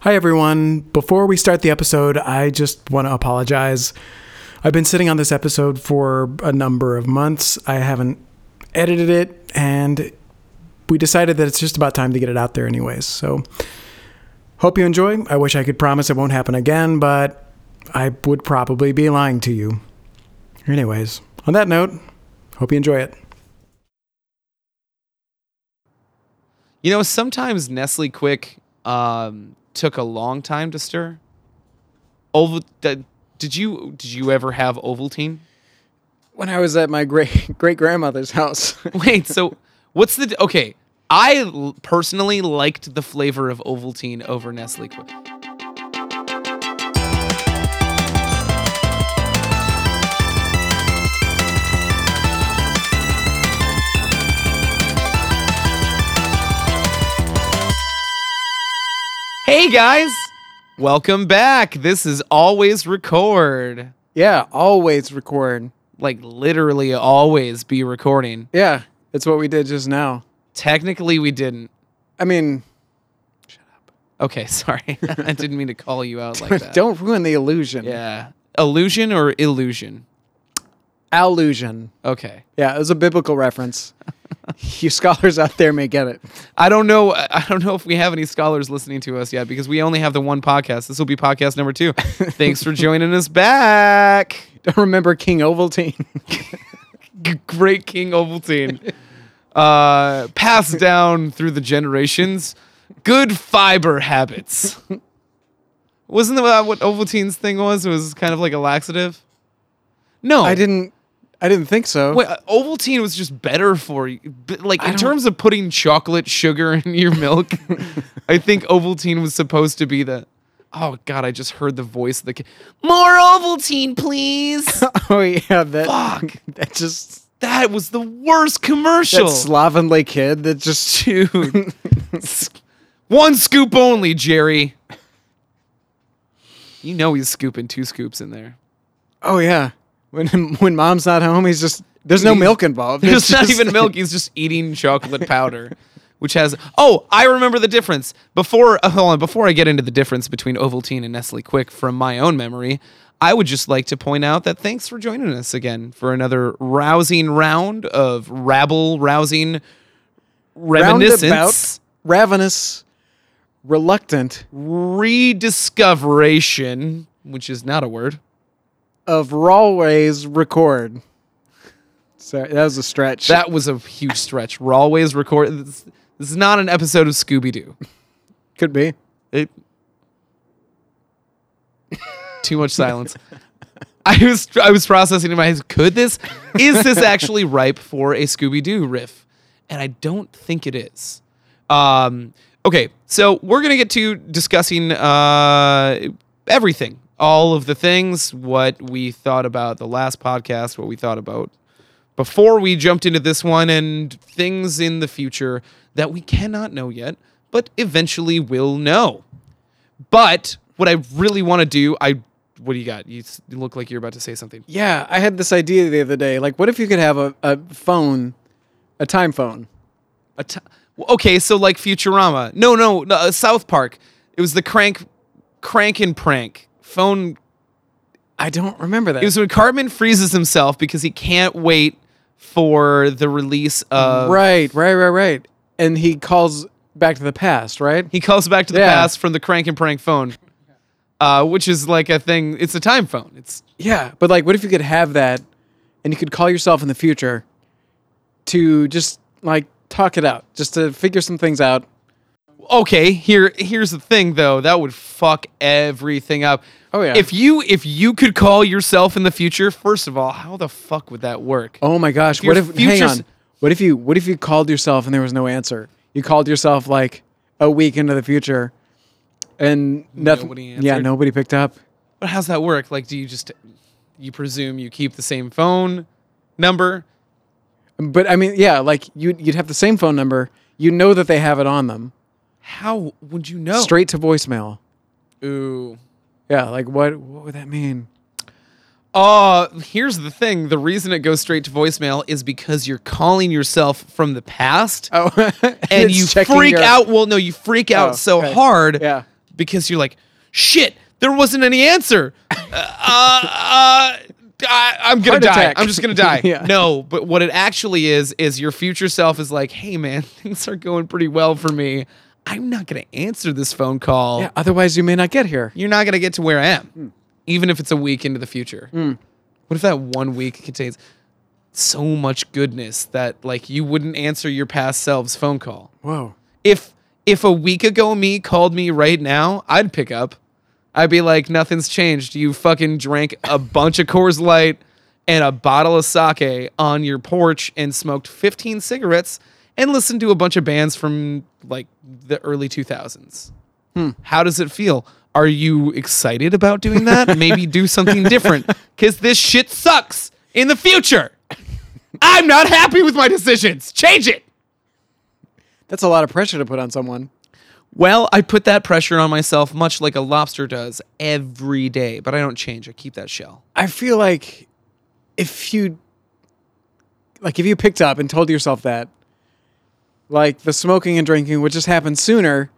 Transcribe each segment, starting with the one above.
Hi, everyone. Before we start the episode, I just want to apologize. I've been sitting on this episode for a number of months. I haven't edited it, and we decided that it's just about time to get it out there, anyways. So, hope you enjoy. I wish I could promise it won't happen again, but I would probably be lying to you. Anyways, on that note, hope you enjoy it. You know, sometimes Nestle Quick um, took a long time to stir. Oval, d- did you did you ever have Ovaltine? when I was at my great great grandmother's house. Wait, so what's the d- okay? I l- personally liked the flavor of Ovaltine over Nestle Quick. Hey guys, welcome back. This is always record. yeah, always record. Like literally always be recording. Yeah, it's what we did just now. Technically we didn't. I mean, Okay, sorry. I didn't mean to call you out like that. don't ruin the illusion. Yeah. Illusion or illusion? Allusion. Okay. Yeah, it was a biblical reference. you scholars out there may get it. I don't know. I I don't know if we have any scholars listening to us yet because we only have the one podcast. This will be podcast number two. Thanks for joining us back. Don't remember King Ovaltine. G- Great King Ovaltine, uh, passed down through the generations. Good fiber habits. Wasn't that what Ovaltine's thing was? It was kind of like a laxative. No, I didn't. I didn't think so. Wait, uh, Ovaltine was just better for you. B- Like in don't- terms of putting chocolate sugar in your milk, I think Ovaltine was supposed to be the. Oh God, I just heard the voice of the kid. More Ovaltine, please. oh yeah, that Fuck, that just that was the worst that commercial. slovenly kid that just Dude, S- one scoop only, Jerry. You know he's scooping two scoops in there. oh yeah. When when mom's not home, he's just there's no He's- milk involved. There's It's not just- even milk. He's just eating chocolate powder, which has. Oh, I remember the difference. Before, uh, hold on. Before I get into the difference between Ovaltine and Nestle Quick from my own memory, I would just like to point out that thanks for joining us again for another rousing round of rabble rousing roundabout, reminiscence, ravenous, reluctant rediscoveration, which is not a word. of Rawways record. Sorry, that was a stretch. That was a huge stretch. We're always recording. This, this is not an episode of Scooby Doo. could be. It. Too much silence. I was I was processing in my head. Could this is this actually ripe for a Scooby Doo riff? And I don't think it is. Um, okay, so we're gonna get to discussing uh, everything, all of the things, what we thought about the last podcast, what we thought about before we jumped into this one and things in the future that we cannot know yet, but eventually will know. But what I really want to do, I what do you got? You, s- you look like you're about to say something. Yeah, I had this idea the other day. Like, what if you could have a, a phone, a time phone? A t- okay, so like Futurama. No, no, no uh, South Park. It was the crank, crank and prank phone. I don't remember that. It was when Cartman freezes himself because he can't wait for the release of. right, right, right, right. And he calls back to the past, right? He calls back to the Yeah. past from the crank and prank phone, uh, which is like a thing. It's a time phone. It's Yeah, but like, what if you could have that, and you could call yourself in the future, to just like talk it out, just to figure some things out. okay here here's the thing though that would fuck everything up Oh, yeah. if you if you could call yourself in the future first of all how the fuck would that work Oh my gosh! your What if? Hang future's- on. What if you? What if you called yourself and there was no answer? You called yourself like a week into the future, and nothing. Nobody Yeah, answered. nobody picked up. but how's that work like do you just you presume you keep the same phone number But I mean, yeah, like you, you'd have the same phone number. You know that they have it on them, how would you know straight to voicemail. ooh Yeah, like what? What would that mean? Uh, here's the thing. The reason it goes straight to voicemail is because you're calling yourself from the past Oh, and it's you checking freak your- out. Well, no, you freak out Oh, so okay. hard Yeah. because you're like, shit, there wasn't any answer. Uh, uh, I, I'm gonna Heart die. attack. I'm just gonna die. Yeah. No, but what it actually is is your future self is like, hey man, things are going pretty well for me. I'm not gonna answer this phone call. Yeah, Hmm. otherwise, you may not get here. You're not gonna get to where I am, even if it's a week into the future. Hmm. What if that one week contains so much goodness that like you wouldn't answer your past self's phone call? Whoa. if if a week ago me called me right now, I'd pick up. I'd be like, nothing's changed. You fucking drank a bunch of Coors Light and a bottle of sake on your porch and smoked 15 cigarettes and listened to a bunch of bands from like the early 2000s. How does it feel? Are you excited about doing that? Maybe do something different because this shit sucks in the future. I'm not happy with my decisions. Change it. That's a lot of pressure to put on someone. Well, I put that pressure on myself, much like a lobster does every day, but I don't change. I keep that shell. I feel like if you like if you picked up and told yourself that like the smoking and drinking would just happen sooner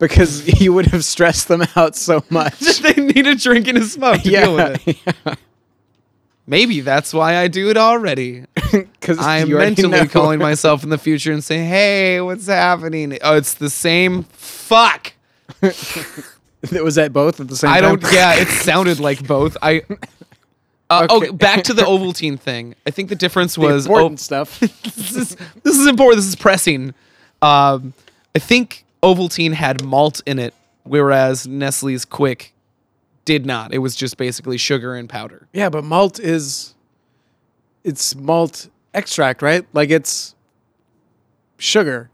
because you would have stressed them out so much. they need a drink and a smoke to deal with it. Maybe that's why I do it already. Cuz I am mentally calling myself in the future and saying, hey, what's happening? Oh, it's the same. Fuck. was that both at the same I time. don't. Yeah, it sounded like both. I. Uh, Okay. Oh, back to the Ovaltine thing. I think the difference the was important oh, stuff. this is this is important. This is pressing. Um, I think Ovaltine had malt in it, whereas Nestle's Quick did not. It was just basically sugar and powder. yeah, but malt is it's malt extract, right? Like it's sugar.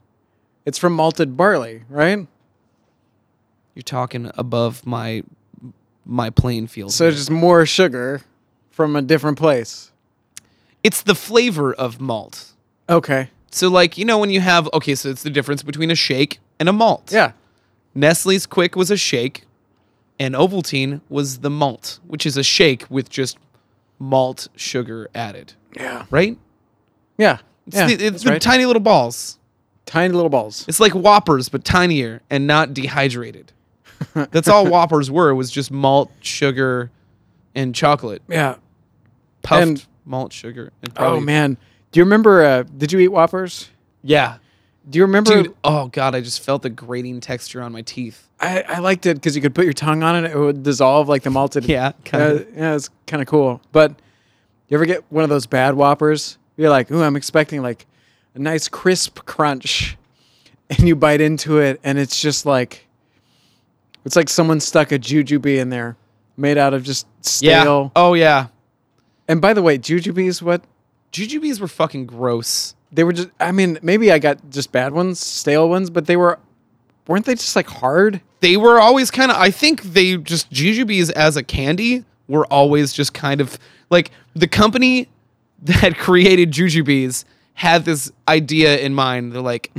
It's from malted barley, right? You're talking above my my playing field. So it's just more sugar from a different place. it's the flavor of malt. Okay. So like you know when you have okay, so it's the difference between a shake and a malt. Yeah. Nestle's Quick was a shake, and Ovaltine was the malt, which is a shake with just malt sugar added. Yeah. Right. Yeah. It's yeah. the, it's that's the right. tiny little balls. tiny little balls. It's like Whoppers, but tinier and not dehydrated. That's all Whoppers were. Was just malt, sugar, and chocolate. Yeah. Puffed And- malt, sugar, and Oh probably, man. Do you remember uh did you eat Whoppers? yeah, Do you remember dude. Oh god, I just felt the grating texture on my teeth. I, I liked it because you could put your tongue on it, it would dissolve like the malted Yeah, Uh, kinda. yeah, it's kinda cool. But you ever get one of those bad whoppers? You're like, ooh, I'm expecting like a nice crisp crunch. And you bite into it and it's just like it's like someone stuck a jujube in there made out of just Yeah. stale Oh yeah. And by the way, jujubes, what Jujubes were fucking gross. they were just, I mean, maybe I got just bad ones, stale ones, but they were, weren't they just like hard? they were always kind of i think they just jujubes as a candy were always just kind of like the company that created jujubes had this idea in mind they're like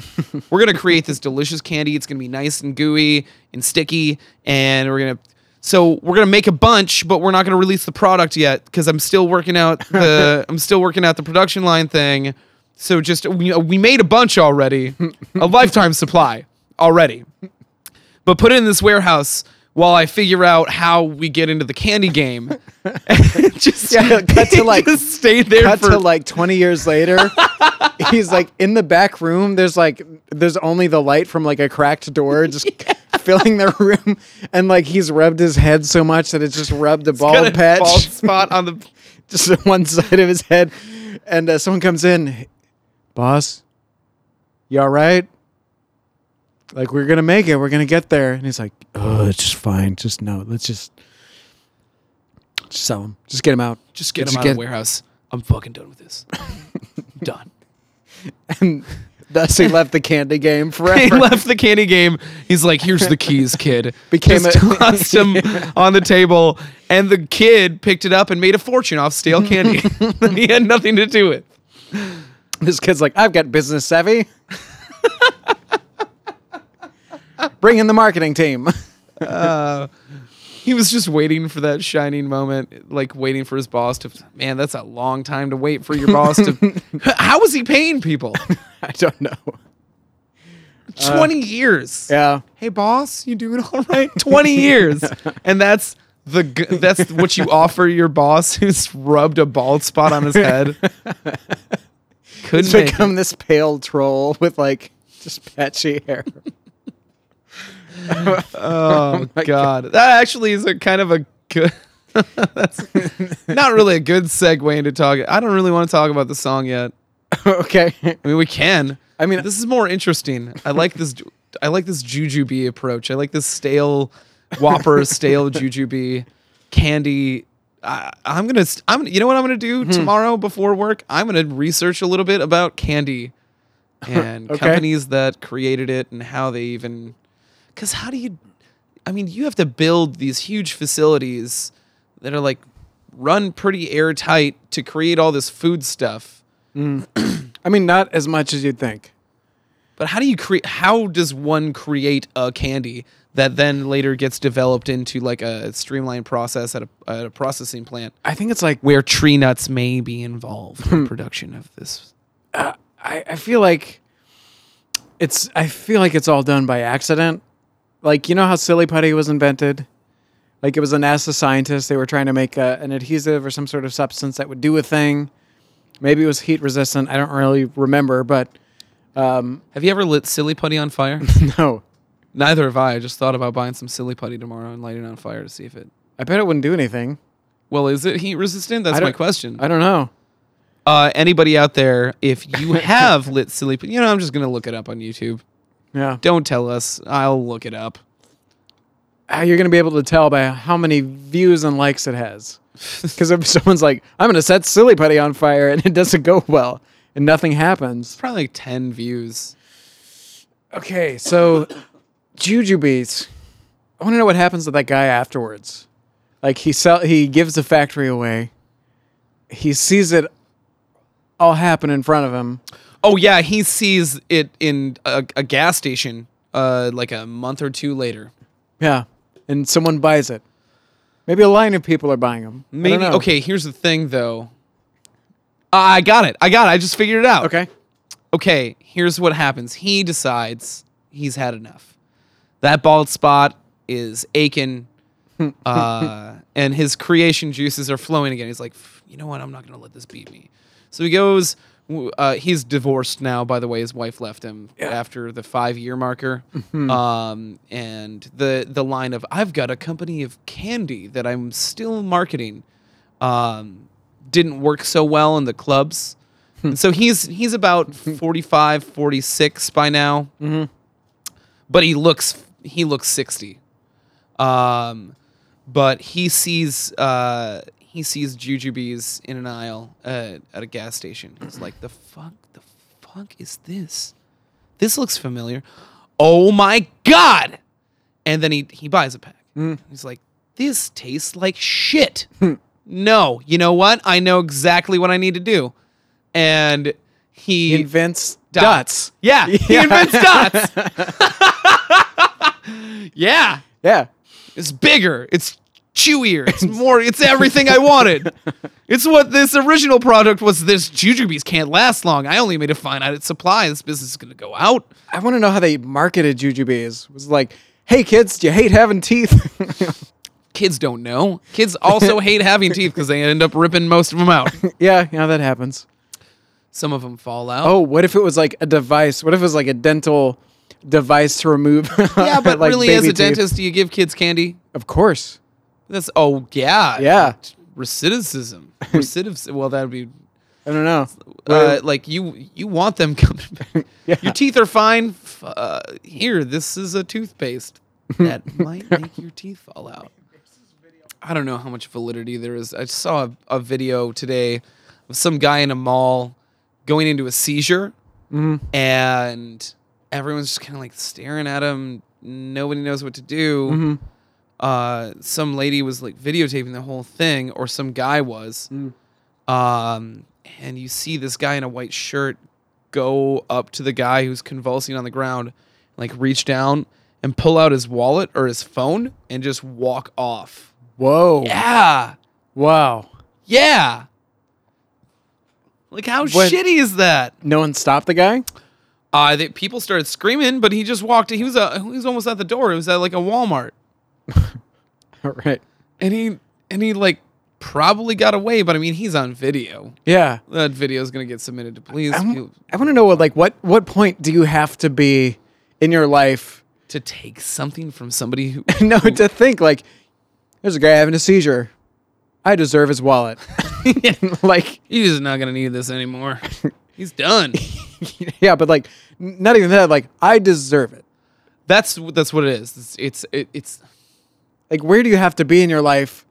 we're gonna create this delicious candy it's gonna be nice and gooey and sticky and we're gonna so we're gonna make a bunch but we're not gonna release the product yet because i'm still working out the i'm still working out the production line thing so just we, we made a bunch already a lifetime supply already but put it in this warehouse while I figure out how we get into the candy game. just Yeah, cut to, like- just stay there Cut for to like 20 years later. he's like in the back room. There's like, there's only the light from like a cracked door just filling the room. And like he's rubbed his head so much that it's just rubbed a bald got a patch, bald spot on the just on one side of his head. And uh, someone comes in, boss, you all right? Like we're gonna make it. We're gonna get there. And he's like, "Oh, it's just fine. Just no. Let's just, just sell him. Just get him out. just get Just him out of get- the warehouse. I'm fucking done with this. done. And thus he left the candy game He forever. left the candy game. He's like, "Here's the keys, kid." Became Just a- tossed him on the table, and the kid picked it up and made a fortune off stale candy. that he had nothing to do with. this kid's like, "I've got business savvy." Bring in the marketing team. He was just waiting for that shining moment, like waiting for his boss to. Man, that's a long time to wait for your boss to. How was he paying people? I don't know. 20 years. Uh, Yeah. Hey boss, you doing all right? 20 years. And that's the g- that's what you offer your boss who's rubbed a bald spot on his head. Couldn't It's make become this pale troll with like just patchy hair. Oh, god. That actually is a kind of a good that's not really a good segue into talking. I don't really want to talk about the song yet. okay. I mean, we can. I mean- this is more interesting. I like this. I like this jujube approach. I like this stale Whopper, stale jujube candy. I, I'm gonna. st- I'm. You know what I'm gonna Hmm. do tomorrow before work? I'm gonna research a little bit about candy and Okay. companies that created it and how they even. Because how do you? I mean, you have to build these huge facilities that are like run pretty airtight to create all this food stuff. I mean, not as much as you'd think. But how do you create? How does one create a candy that then later gets developed into like a streamlined process at a, at a processing plant I think it's like where tree nuts may be involved Hmm. in production of this? I, I feel like it's I feel like it's all done by accident. Like you know how silly putty was invented? Like it was a NASA scientist. They were trying to make a, an adhesive or some sort of substance that would do a thing. Maybe it was heat resistant. I don't really remember, but um, Have you ever lit silly putty on fire? no, Neither have I. I just thought about buying some silly putty tomorrow and lighting it on fire to see if it. I bet it wouldn't do anything. Well, is it heat resistant? That's I my don't- question. I don't know. Uh, anybody out there, if you have lit silly, putty, you know, I'm just gonna look it up on YouTube. Yeah, Don't tell us. I'll look it up. Ah, you're gonna be able to tell by how many views and likes it has. Because if someone's like, "I'm gonna set silly putty on fire," and it doesn't go well, and nothing happens, Probably like ten views. Okay, so Jujubes. I want to know what happens to that guy afterwards. Like he sell, he gives the factory away. He sees it all happen in front of him. Oh yeah, he sees it in a, a gas station, uh, like a month or two later. Yeah, and someone buys it. Maybe a line of people are buying them. Maybe okay. Here's the thing, though. I got it. I got it. I just figured it out. Okay. Okay. Here's what happens. He decides he's had enough. That bald spot is aching, uh, and his creation juices are flowing again. He's like, "Pff, you know what? I'm not gonna let this beat me. So he goes. w- Uh, he's divorced now. By the way, his wife left him after the five year marker. Um, and the the line of "I've got a company of candy that I'm still marketing," um, didn't work so well in the clubs. And so he's he's about 45, 46 by now but he looks he looks 60 um but he sees uh he sees jujubes in an aisle uh, at a gas station he's like the fuck the fuck is this this looks familiar oh my god and then he he buys a pack he's like this tastes like shit no you know what i know exactly what i need to do and he Invents Dots. dots. yeah, he Yeah. invents dots. yeah, Yeah. it's bigger. It's chewier. It's more. It's everything I wanted. It's what this original product was. This jujubes can't last long. I only made a finite supply. This business is gonna go out. I want to know how they marketed Jujubes. It was like, "Hey kids, do you hate having teeth?" Kids don't know. Kids also hate having teeth because they end up ripping most of them out. yeah, yeah, that happens. Some of them fall out. Oh, what if it was like a device? What if it was like a dental device to remove? yeah, but Oh, like, really, as baby a teeth? dentist, do you give kids candy? of course. That's oh yeah, Yeah, Recidivism. Recidivism. well, that would be I don't know. uh, like you you want them coming back. Your teeth are fine. F- Uh, here, this is a toothpaste that might make your teeth fall out. I don't know how much validity there is. I saw a, a video today of some guy in a mall going into a seizure, and everyone's just kind of like staring at him. Nobody knows what to do. Uh, some lady was like videotaping the whole thing, or some guy was um, and you see this guy in a white shirt go up to the guy who's convulsing on the ground, like reach down and pull out his wallet or his phone and just walk off. Whoa! Yeah, Wow! yeah. Like how When- shitty is that? No one stopped the guy. Uh, that people started screaming, but he just walked. He was a, he was almost at the door. It was at like a Walmart, All right. and he and he like probably got away. But I mean, he's on video. Yeah. That video is gonna get submitted to police I you- want to know what like what what point do you have to be in your life? to take something from somebody who no, to think like there's a guy having a seizure. I deserve his wallet. like he's just not gonna need this anymore. He's done. yeah, but like n- not even that. Like I deserve it. That's that's what it is. It's it's it, it's Like where do you have to be in your life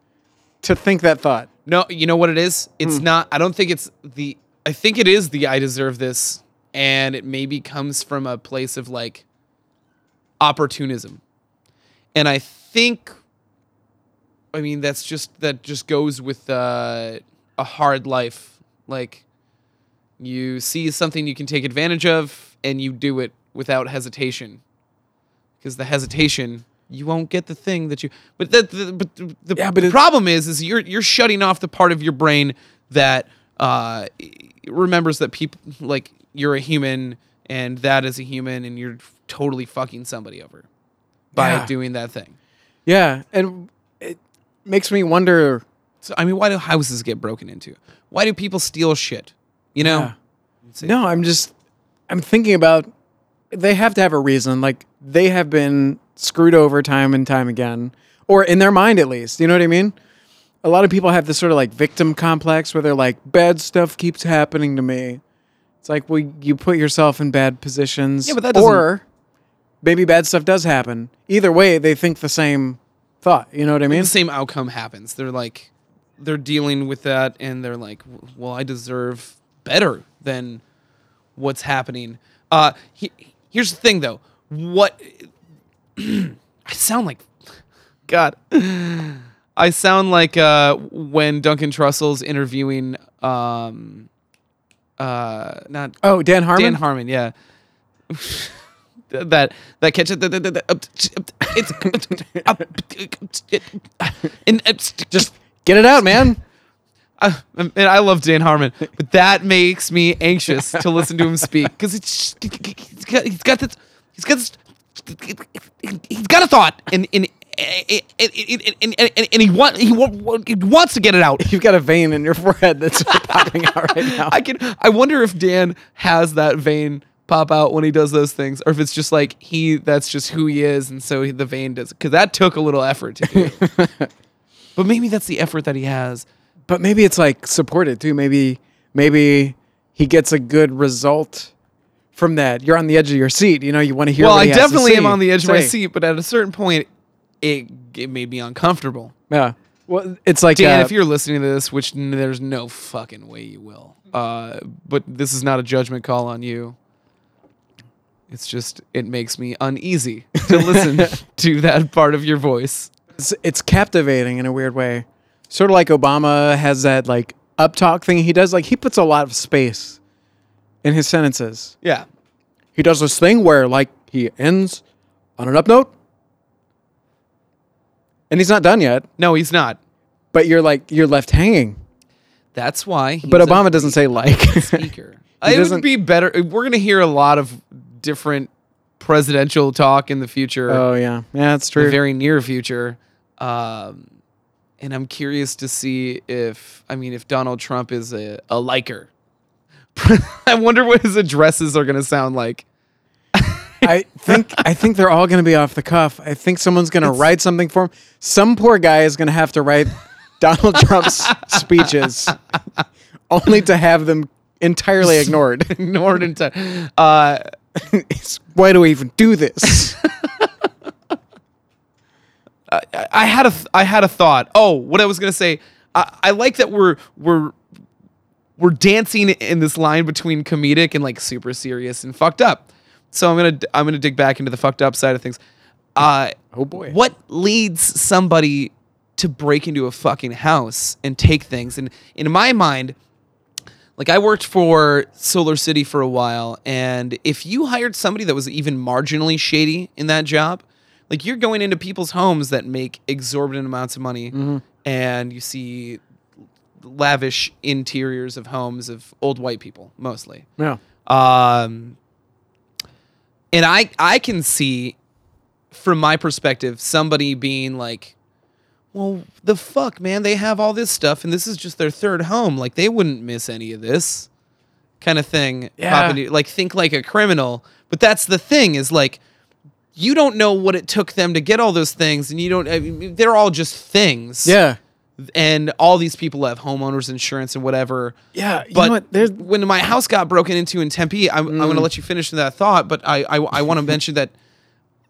to think that thought? No, you know what it is? It's not. I don't think it's the. I think it is the I deserve this, and it maybe comes from a place of like opportunism, and I think. I mean, that's just that just goes with uh, a hard life. Like, you see something you can take advantage of, and you do it without hesitation, because the hesitation. You won't get the thing that you, but that, the, but the, the Yeah, but it- problem is is you're you're shutting off the part of your brain that uh, remembers that people like you're a human and that is a human and you're totally fucking somebody over by Yeah. doing that thing. Yeah, and it makes me wonder. So I mean, why do houses get broken into? Why do people steal shit? You know, Yeah. No, I'm just I'm thinking about they have to have a reason. Like they have been screwed over time and time again. Or in their mind at least. You know what I mean? A lot of people have this sort of like victim complex where they're like, bad stuff keeps happening to me. It's like, well, you put yourself in bad positions. Yeah, but that doesn't- or maybe bad stuff does happen. Either way, they think the same thought. You know what I mean? the same outcome happens. They're like, they're dealing with that, and they're like, well, I deserve better than what's happening. Uh, he, here's the thing, though. What I sound like, God, I sound like uh, when Duncan Trussell's interviewing, um, uh, not Oh, Dan Harmon? Dan Harmon, yeah. that that catch it. It's and it's just. Get it out, man. I, and I love Dan Harmon, but that makes me anxious to listen to him speak because it's he's got he's got this he's got this he's got a thought and and and and, and, and, and he want he, wa- he wants to get it out. You've got a vein in your forehead that's popping out right now. I can. I wonder if Dan has that vein pop out when he does those things, or if it's just like he. That's just who he is, and so he, the vein does. Because that took a little effort to do. but maybe that's the effort that he has. but maybe it's like supported too. Maybe maybe he gets a good result from that. You're on the edge of your seat. You know, you want to hear. well, what I he has to definitely am say- on the edge of my say. seat, but at a certain point, it it made me uncomfortable. Yeah. Well, it's like Dan, uh, if you're listening to this, which n- there's no fucking way you will, uh, but this is not a judgment call on you. It's just it makes me uneasy to listen to that part of your voice. it's, it's captivating in a weird way. Sort of like Obama has that like up talk thing he does. Like he puts a lot of space in his sentences. Yeah. he does this thing where like he ends on an up note and he's not done yet No, he's not. but you're like you're left hanging That's why. He's but a obama doesn't say like speaker. it would doesn't- be better. We're gonna hear a lot of different presidential talk in the future, oh yeah yeah that's the true very near future. Um, and I'm curious to see if I mean if Donald Trump is a, a liker. I wonder what his addresses are gonna sound like. i think i think they're all going to be off the cuff i think someone's going to write something for him some poor guy is going to have to write donald trump's speeches only to have them entirely ignored Ignored entire. Uh, It's, why do we even do this I- I had a th- I had a thought. Oh, what I was gonna say. I, I like that we're we're we're dancing in this line between comedic and like super serious and fucked up. So I'm gonna d- I'm gonna dig back into the fucked up side of things. Uh, Oh, boy. What leads somebody to break into a fucking house and take things? And in my mind, like I worked for Solar City for a while, and if you hired somebody that was even marginally shady in that job, like you're going into people's homes that make exorbitant amounts of money, and you see lavish interiors of homes of old white people mostly. yeah Um, and I I can see from my perspective somebody being like well the fuck man they have all this stuff and this is just their third home like they wouldn't miss any of this kind of thing Yeah. Papa Do- like think like a criminal but that's the thing is like you don't know what it took them to get all those things and you don't I mean, they're all just things Yeah. and all these people have homeowners insurance and whatever Yeah, but you know what? There's Mm. when my house got broken into in Tempe, I, I'm going to let you finish that thought, but I I, I want to mention that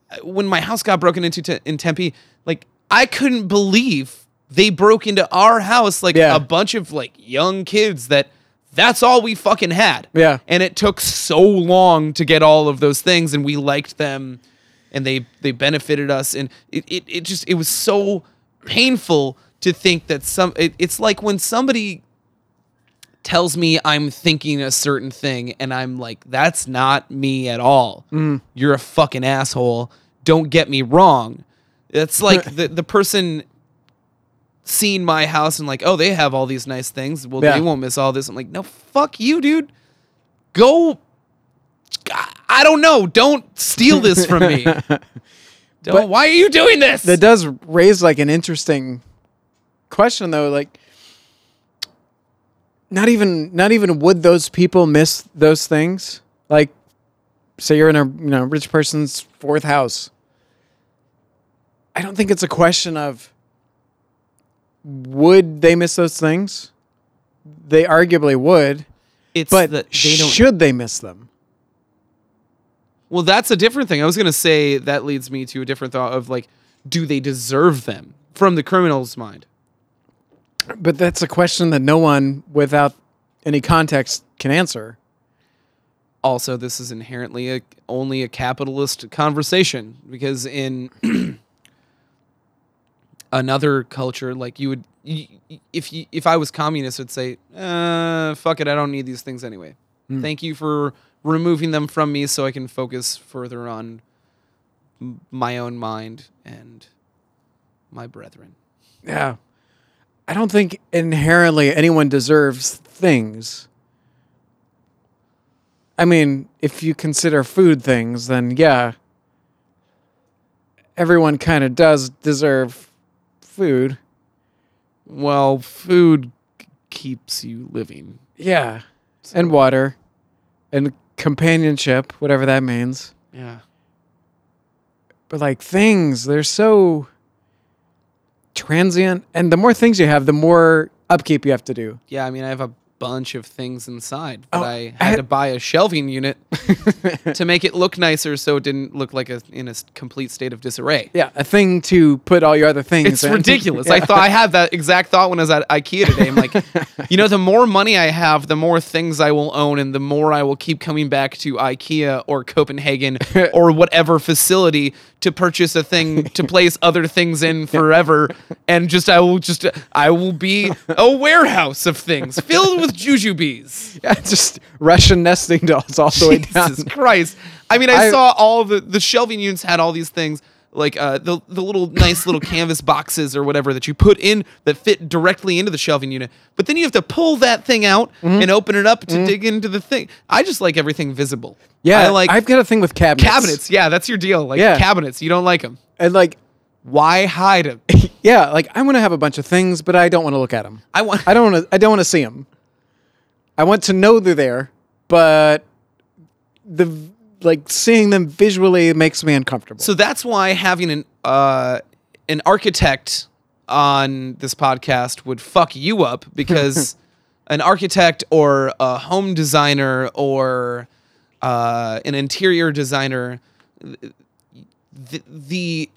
uh, when my house got broken into te- in Tempe, like I couldn't believe they broke into our house like Yeah. a bunch of like young kids that that's all we fucking had. Yeah. And it took so long to get all of those things and we liked them and they they benefited us and it it, it just it was so painful to think that some it, it's like when somebody tells me I'm thinking a certain thing and I'm like, that's not me at all. Mm. You're a fucking asshole. Don't get me wrong. It's like the, the person seeing my house and like, oh, they have all these nice things. Well, Yeah. they won't miss all this. I'm like, no, fuck you, dude. Go. I- I don't know. Don't steal this from me. Don't, why are you doing this? that does raise like an interesting question though like not even not even would those people miss those things like say you're in a you know rich person's fourth house i don't think it's a question of would they miss those things they arguably would it's but that they don't should they miss them Well, that's a different thing. I was going to say that leads me to a different thought of like, do they deserve them from the criminal's mind? but that's a question that no one without any context can answer Also, this is inherently a, only a capitalist conversation because in another culture, like you would, y- y- if you if I was communist, I'd say, uh, fuck it, I don't need these things anyway. Thank you for removing them from me so I can focus further on m- my own mind and my brethren. Yeah. I don't think inherently anyone deserves things. I mean, if you consider food things, then yeah. Everyone kind of does deserve food. Well, food k- keeps you living. Yeah. And water and companionship, whatever that means. Yeah. But like things, they're so transient. And the more things you have, the more upkeep you have to do. Yeah, I mean, I have a bunch of things inside that Oh, I I had had- to buy a shelving unit to make it look nicer so it didn't look like a in a s- complete state of disarray. Yeah, a thing to put all your other things It's in. ridiculous. I thought I had that exact thought when I was at IKEA today. I'm like, you know, the more money I have, the more things I will own, and the more I will keep coming back to IKEA or Copenhagen or whatever facility to purchase a thing to place other things in forever. And just I will just I will be a warehouse of things filled with jujubes. Yeah, just Russian nesting dolls all the way down. Jesus Christ! I mean, I, I- saw all the the shelving units had all these things like uh, the the little nice little canvas boxes or whatever that you put in that fit directly into the shelving unit. But then you have to pull that thing out Mm-hmm. and open it up to dig into the thing. I just like everything visible. Yeah, I like I've got a thing with cabinets. cabinets. Yeah, that's your deal. Like Yeah. cabinets, you don't like them. and like, Why hide them? yeah, like I want to have a bunch of things, but I don't want to look at them. I want. I don't want to. I don't want to see them. I want to know they're there, but the v- like seeing them visually makes me uncomfortable. So that's why having an uh, an architect on this podcast would fuck you up because an architect or a home designer or uh, an interior designer, the, the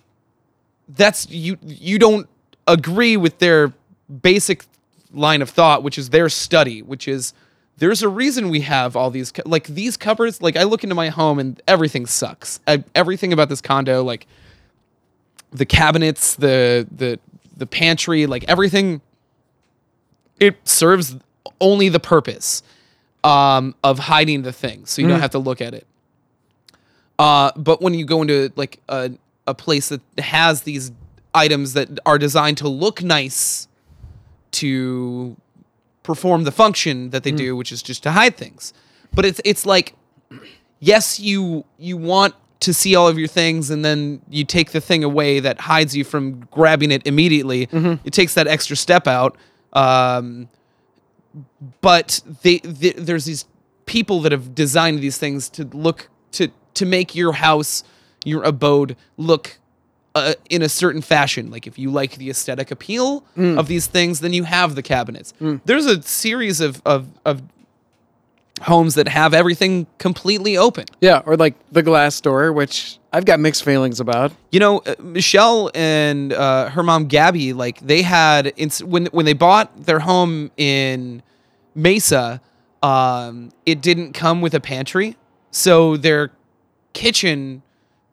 that's you you don't agree with their basic line of thought which is their study which is there's a reason we have all these cu- like these cupboards like i look into my home and everything sucks I, everything about this condo like the cabinets the the the pantry like everything it serves only the purpose um, of hiding the thing so you don't have to look at it uh, but when you go into like a, a place that has these items that are designed to look nice to perform the function that they do, which is just to hide things. But it's it's like yes, you you want to see all of your things, and then you take the thing away that hides you from grabbing it immediately. It takes that extra step out. Um, but they, th there's these people that have designed these things to look to to make your house your abode look uh, in a certain fashion like if you like the aesthetic appeal of these things then you have the cabinets there's a series of, of of homes that have everything completely open Yeah, or like the glass door, which I've got mixed feelings about. you know, uh, Michelle and uh, her mom Gabby, like they had ins- when when they bought their home in Mesa, um, it didn't come with a pantry, so their kitchen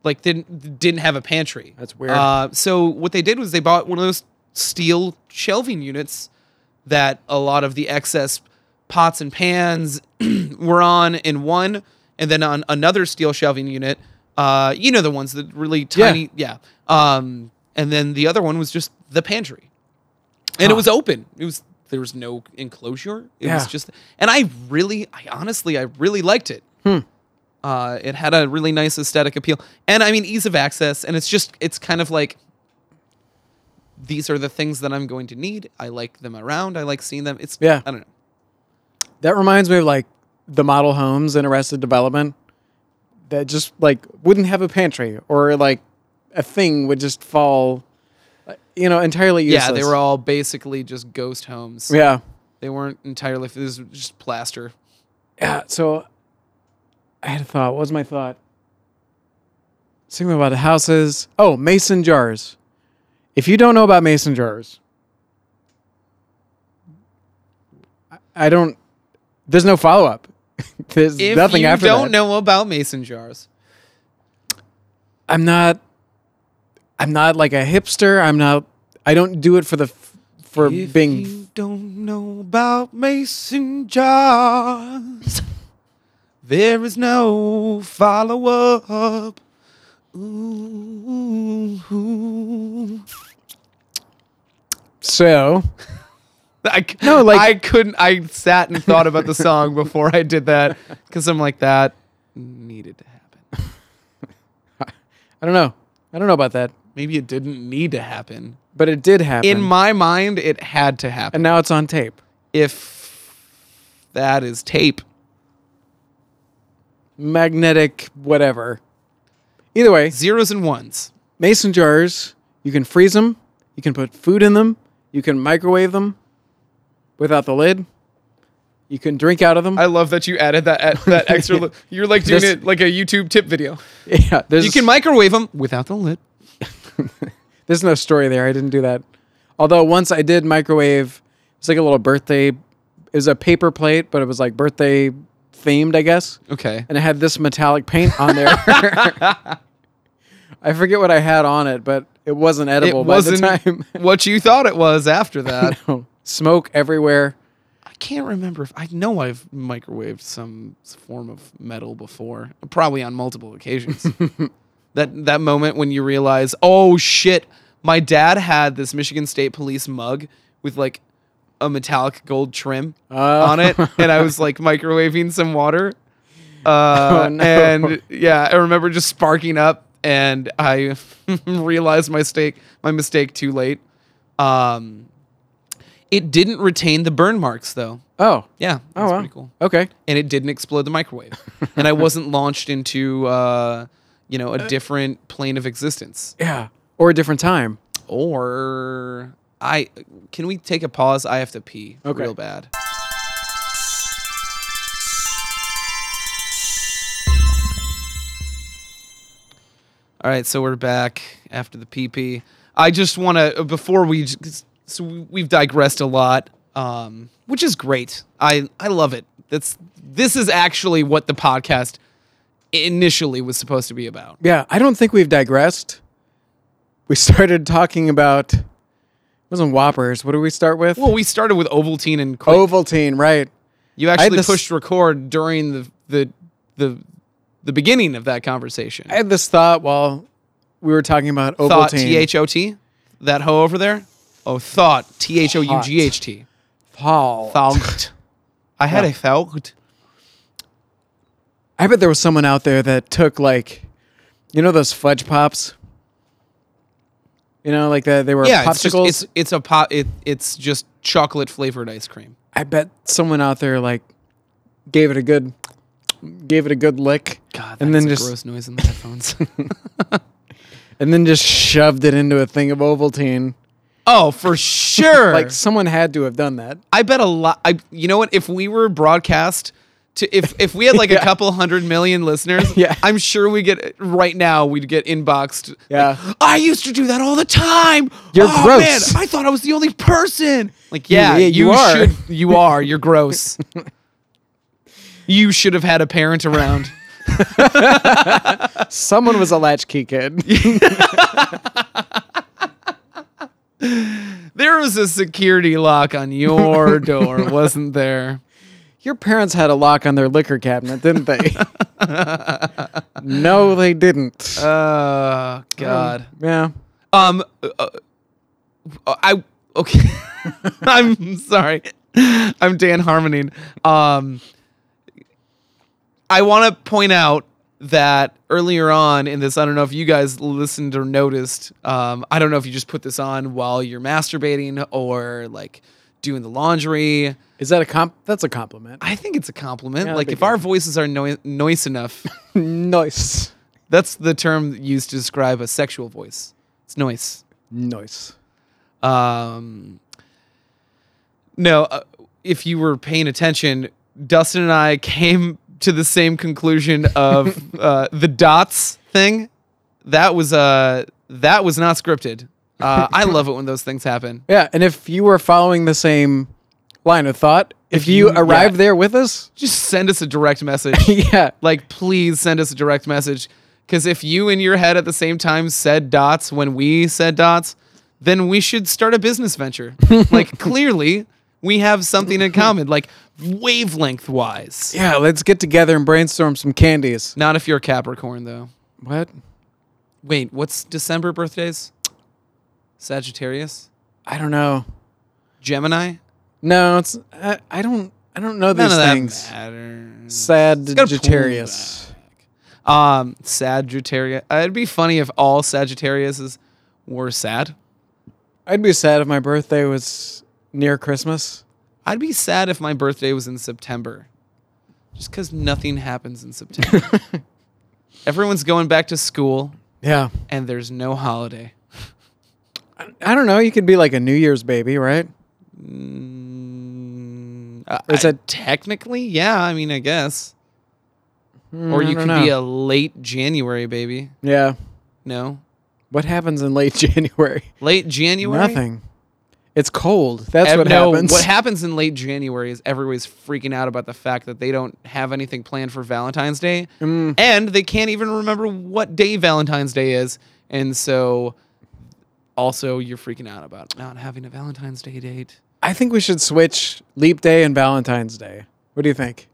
like didn't didn't have a pantry. That's weird. Uh, so what they did was they bought one of those steel shelving units that a lot of the excess pots and pans were on in one, and then on another steel shelving unit. Uh, you know the ones that really tiny, yeah. Um, and then the other one was just the pantry, and it was open. It was there was no enclosure. It was Yeah. just, and I really, I honestly, I really liked it. Uh, it had a really nice aesthetic appeal, and I mean ease of access. And it's just, it's kind of like these are the things that I'm going to need. I like them around. I like seeing them. It's Yeah. I don't know. That reminds me of like the model homes in Arrested Development that just like wouldn't have a pantry or like a thing would just fall, uh, you know, entirely useless. Yeah, they were all basically just ghost homes. Yeah. They weren't entirely. This was just plaster. Yeah. So I had a thought. What was my thought? Something about the houses. Oh, mason jars. If you don't know about mason jars, I- I don't. There's no follow up. there's If nothing you after don't that. know about mason jars, I'm not. I'm not like a hipster. I'm not. I don't do it for the f- for If being. you don't know about mason jars, there is no follow up. Ooh. so I, c- No, like- I couldn't. I sat and thought about the song before I did that because I'm like that needed to happen. I don't know. I don't know about that, Maybe it didn't need to happen. but it did happen. In my mind, it had to happen. and now it's on tape. if that is tape. magnetic whatever. Either way, Zeros and ones. mason jars, you can freeze them, you can put food in them, you can microwave them without the lid. You can drink out of them. I love that you added that that extra. li- You're like doing This- it like a YouTube tip video. yeah, there's, You can microwave them without the lid. there's no story there. I didn't do that. Although once I did microwave, it was like a little birthday. It was a paper plate, but it was like birthday themed, I guess. Okay. and it had this metallic paint on there. I forget what I had on it, but it wasn't It edible wasn't e- by the time. what you thought it was after that. No. Smoke everywhere. I can't remember if I know I've microwaved some form of metal before, probably on multiple occasions. that that moment when you realize, oh shit, my dad had this Michigan State Police mug with like a metallic gold trim Oh. on it, and I was like microwaving some water. Uh, Oh, no. And yeah, I remember just sparking up, and I realized my mistake, my mistake too late. Um, it didn't retain the burn marks though. Oh. Yeah, Oh, that's wow. pretty cool. Okay. And it didn't explode the microwave, and I wasn't launched into uh, you know a different plane of existence. Yeah. Or a different time. Or I can we take a pause? I have to pee Okay. real bad. All right, so we're back after the PP. I just want to before we j- 'cause- so we- we've digressed a lot, um, which is great. I I love it. That's this is actually what the podcast initially was supposed to be about. Yeah. I don't think we've digressed. We started talking about it wasn't Whoppers. What did we start with? Well, we started with Ovaltine and Quaker. Ovaltine, right. You had actually this- pushed record during the the the the beginning of that conversation. I had this thought while we were talking about Ovaltine. thought T H O T. That hoe over there? Oh thought T H O U G H T. Paul. Thought. I had a thought. I bet there was someone out there that took like, you know, those fudge pops. You know, like that they were yeah, it's, just, popsicles. it's it's a pop. It, it's just chocolate flavored ice cream. I bet someone out there like gave it a good, gave it a good lick, God, And and then then a just- gross noise in the headphones. and then just shoved it into a thing of Ovaltine. oh, for sure. Like someone had to have done that. I bet a lot. I you know what? If we were broadcast to if if we had like a Yeah. couple hundred million listeners, Yeah. I'm sure we get right now we'd get inboxed. like, Yeah. I used to do that all the time. You're oh, gross." Man, I thought I was the only person. Like yeah, yeah, you, you are. should. You are. You're gross. you should have had a parent around. Someone was a latchkey kid. There was a security lock on your door, wasn't there? Your parents had a lock on their liquor cabinet, didn't they? no, they didn't. Oh God. yeah. Um, uh, uh, I okay. I'm sorry. I'm Dan Harmoning. Um, I want to point out that earlier on in this, I don't know if you guys listened or noticed. Um, I don't know if you just put this on while you're masturbating or like doing the laundry. Is that a comp? That's a compliment. I think it's a compliment. Yeah, like that'd if be our good. voices are noi- noise enough, Nice. that's the term used to describe a sexual voice. It's noise. Nice. Um, no, uh, if you were paying attention, Dustin and I came to the same conclusion of uh, the dots thing. That was uh, that was not scripted. Uh, I love it when those things happen. Yeah, and if you were following the same line of thought, if, you, you- arrived yeah. there with us, Just send us a direct message. yeah, like, please send us a direct message. Because if you in your head at the same time said dots when we said dots, then we should start a business venture. like, clearly, we have something in common, like wavelength wise. yeah, let's get together and brainstorm some candies. Not if you're a Capricorn, though. What? Wait, what's December birthdays? Sagittarius? I don't know. Gemini? No, it's I, I don't I don't know None these of that things. matters. gotta pull Sagittarius. Um, Sagittarius. It'd be funny if all Sagittariuses were sad. I'd be sad if my birthday was near Christmas. I'd be sad if my birthday was in September. Just because nothing happens in September. Everyone's going back to school Yeah. and there's no holiday. I don't know. You could be like a New Year's baby, right? Mm, I- Or is I- that- technically? Yeah, I mean, I guess. or Hmm, I you don't could be know. a late January baby. Yeah. No, What happens in late January? late January. Nothing. It's cold. That's Ev- what no, happens. What happens in late January is everybody's freaking out about the fact that they don't have anything planned for Valentine's Day, Mm. and they can't even remember what day Valentine's Day is, and so also you're freaking out about not having a Valentine's Day date. I think we should switch Leap Day and Valentine's Day. What do you think?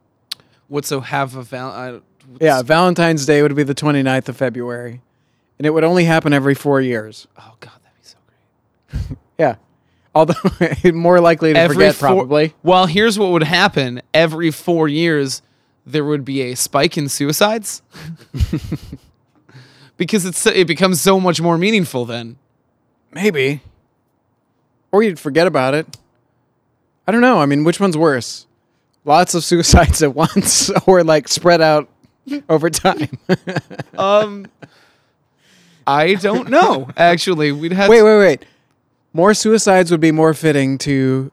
What so have a val? I, oh, Yeah, Valentine's Day would be the 29th of February, and it would only happen every four years. Oh God, that'd be so great. Yeah. Although more likely to forget, four- probably. Well, here's what would happen: every four years, there would be a spike in suicides because it's it becomes so much more meaningful then. Maybe. Or you'd forget about it. I don't know. I mean, which one's worse? Lots of suicides at once, or like spread out over time? Um, I don't know. Actually, we'd have wait, wait, wait. More suicides would be more fitting to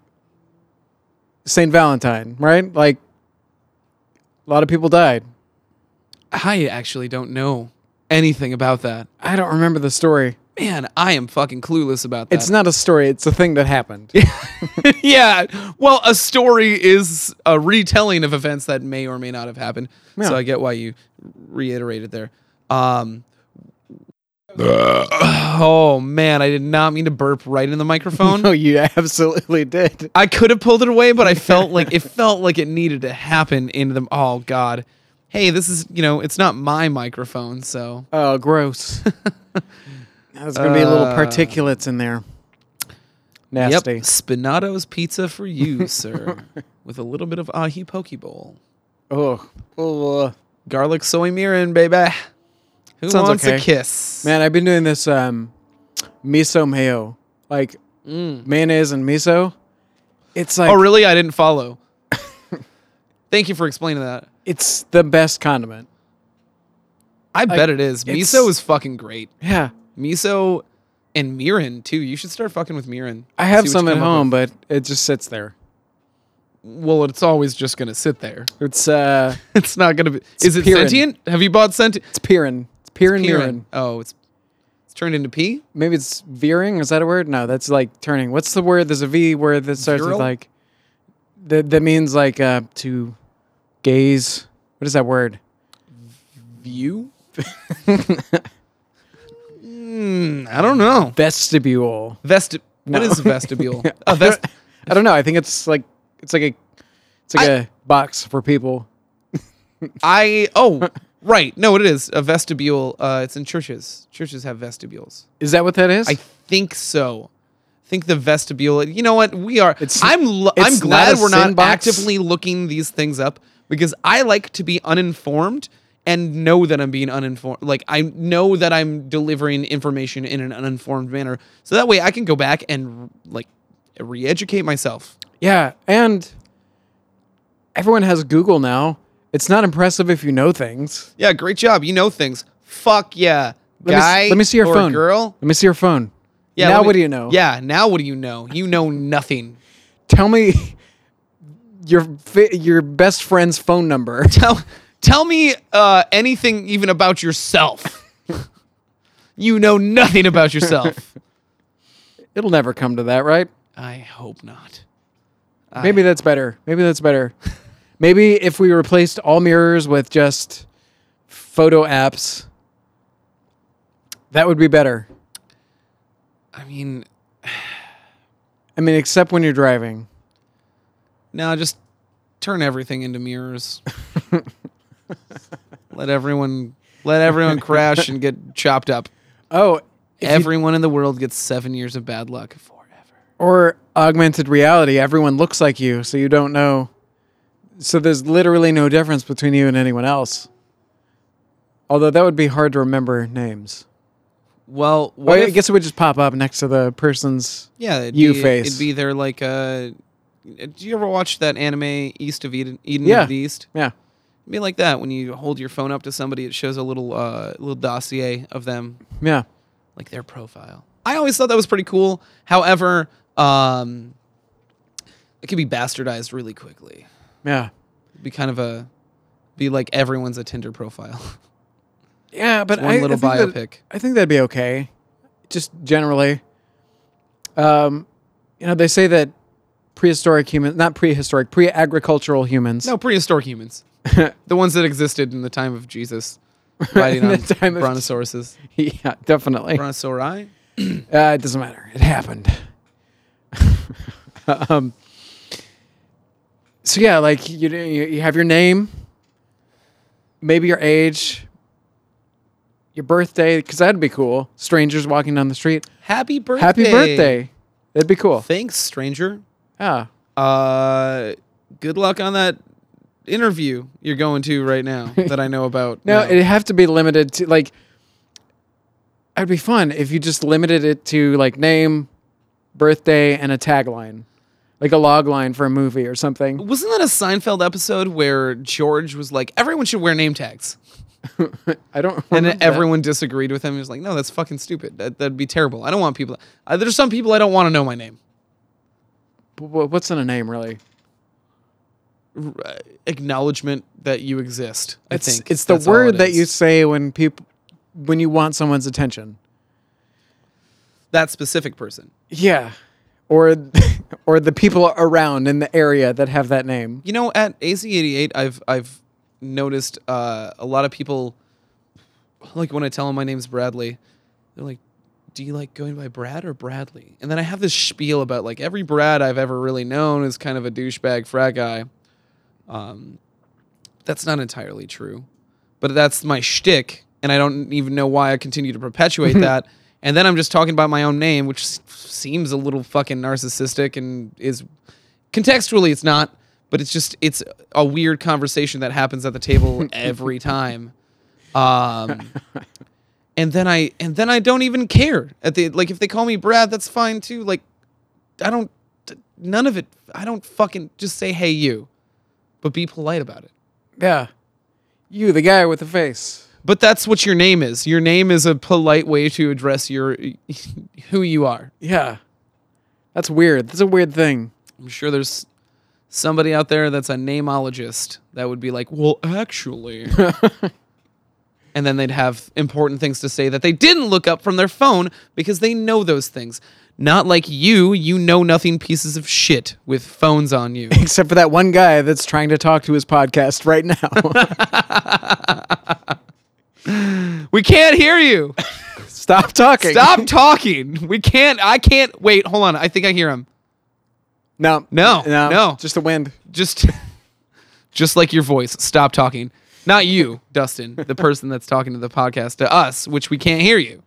St. Valentine, right? Like, a lot of people died. I actually don't know anything about that. I don't remember the story. Man, I am fucking clueless about that. It's not a story, it's a thing that happened. yeah. Well, a story is a retelling of events that may or may not have happened. So Yeah. I get why you reiterated there. Um, oh man, I did not mean to burp right in the microphone. Oh, No, you absolutely did. I could have pulled it away, but I felt like it felt like it needed to happen in the oh god. Hey, this is you know, it's not my microphone, so Oh, gross. Uh, There's going to be little particulates in there. Nasty. Yep. Spinato's pizza for you, sir. With a little bit of ahi poke bowl. Oh, oh, uh, Garlic soy mirin, baby. Who Sounds wants a okay. kiss? Man, I've been doing this um, miso mayo, like Mm. mayonnaise and miso. It's like Oh, really? I didn't follow. Thank you for explaining that. it's the best condiment. I bet it is. it's- Miso is fucking great. Yeah, Miso and mirin too. You should start fucking with mirin. I have See what some you at come up home, but it just sits there. with. Well, it's always just gonna sit there. It's uh, It's not gonna be. is it Pirin. sentient? Have you bought sentient? it's Pirin. It's Pirin Mirin. Mirin. Oh, it's it's turned into pee. Maybe it's veering. Is that a word? No, that's like turning. What's the word? There's a V word that starts with Virile? like. That that means like uh, to gaze. What is that word? View. mm, I don't know. Vestibule. Vesti. No. What is vestibule? a vest. I don't know. I think it's like it's like a it's like I- a box for people. I. Oh, right. No, it is a vestibule. Uh, it's in churches. Churches have vestibules. Is that what that is? I think so. I think the vestibule. You know what? We are. It's- I'm. Lo- I'm it's glad not a we're sin not box. actively looking these things up because I like to be uninformed and know that I'm being uninformed. Like I know that I'm delivering information in an uninformed manner, so that way I can go back and like re-educate myself. yeah, and everyone has Google now. It's not impressive if you know things. Yeah, great job. You know things. Fuck yeah, Let me s- guy. let me see your or phone. girl. Let me see your phone. Yeah. Now let me- what do you know? Yeah, now what do you know? You know nothing. Tell me your fi- your best friend's phone number. tell tell me uh, anything even about yourself. you know nothing about yourself. It'll never come to that, right? I hope not. Maybe that's better. Maybe that's better. Maybe if we replaced all mirrors with just photo apps, that would be better. I mean, I mean, except when you're driving. now just turn everything into mirrors. let everyone let everyone crash and get chopped up. Oh, if you- everyone in the world gets seven years of bad luck forever. or augmented reality. Everyone looks like you, so you don't know. So there's literally no difference between you and anyone else. Although that would be hard to remember names. Well, what Well, Oh, I if, guess it would just pop up next to the person's. yeah, it'd you be, face. It'd be there like uh, do you ever watch that anime East of Eden, Eden Yeah. of the East? Yeah. It'd be like that when you hold your phone up to somebody, it shows a little uh, little dossier of them, Yeah. like their profile. I always thought that was pretty cool. However, um, it could be bastardized really quickly. Yeah. It'd be kind of a be like everyone's a Tinder profile. Yeah, but One I, little I think that- biopic. I think that'd be okay. Just generally. Um, you know, they say that prehistoric humans, not prehistoric, pre-agricultural humans. no, prehistoric humans, the ones that existed in the time of Jesus, riding In on the time of- brontosauruses, yeah, definitely. brontosauri. Uh, it doesn't matter. It happened. um, so yeah, like you, you you have your name, maybe your age, your birthday, because that'd be cool. Strangers walking down the street, Happy birthday! happy birthday, that'd be cool. Thanks, stranger. Yeah, Uh, good luck on that interview you're going to right now that I know about. no, now. it'd have to be limited to like. It'd be fun if you just limited it to like name, birthday, and a tagline, like a log line for a movie or something. wasn't that a Seinfeld episode where George was like, everyone should wear name tags, I don't. and remember that. everyone disagreed with him. He was like, no, that's fucking stupid. That that'd be terrible. I don't want people. Uh, there's some people I don't want to know my name. Wh- wh- What's in a name, really? R- uh, acknowledgement that you exist. I it's, think it's the That's all word it that you is. say when people when you want someone's attention. that specific person. Yeah, or or the people around in the area that have that name. You know, at AC88, I've I've noticed uh, a lot of people like when I tell them my name's Bradley, they're like, "Do you like going by Brad or Bradley?" And then I have this spiel about like every Brad I've ever really known is kind of a douchebag frat guy. Um, that's not entirely true, but that's my shtick, and I don't even know why I continue to perpetuate that. And then I'm just talking about my own name, which s- seems a little fucking narcissistic and is contextually it's not, but it's just it's a weird conversation that happens at the table every time. Um, and then I and then I don't even care at the like if they call me Brad, that's fine too. Like I don't none of it. I don't fucking just say hey you, but be polite about it. Yeah. You, the guy with the face. But that's what your name is. Your name is a polite way to address your who you are. Yeah. That's weird. That's a weird thing. I'm sure there's somebody out there that's a nameologist that would be like, "Well, actually," and then they'd have important things to say that they didn't look up from their phone because they know those things. Not like you, you know nothing pieces of shit with phones on you. Except for that one guy that's trying to talk to his podcast right now. we can't hear you. Stop talking. Stop talking. We can't. I can't. Wait, hold on. I think I hear him. No. No, no. Just the wind. just just like your voice stop talking not you dustin the person that's talking to the podcast to us which we can't hear you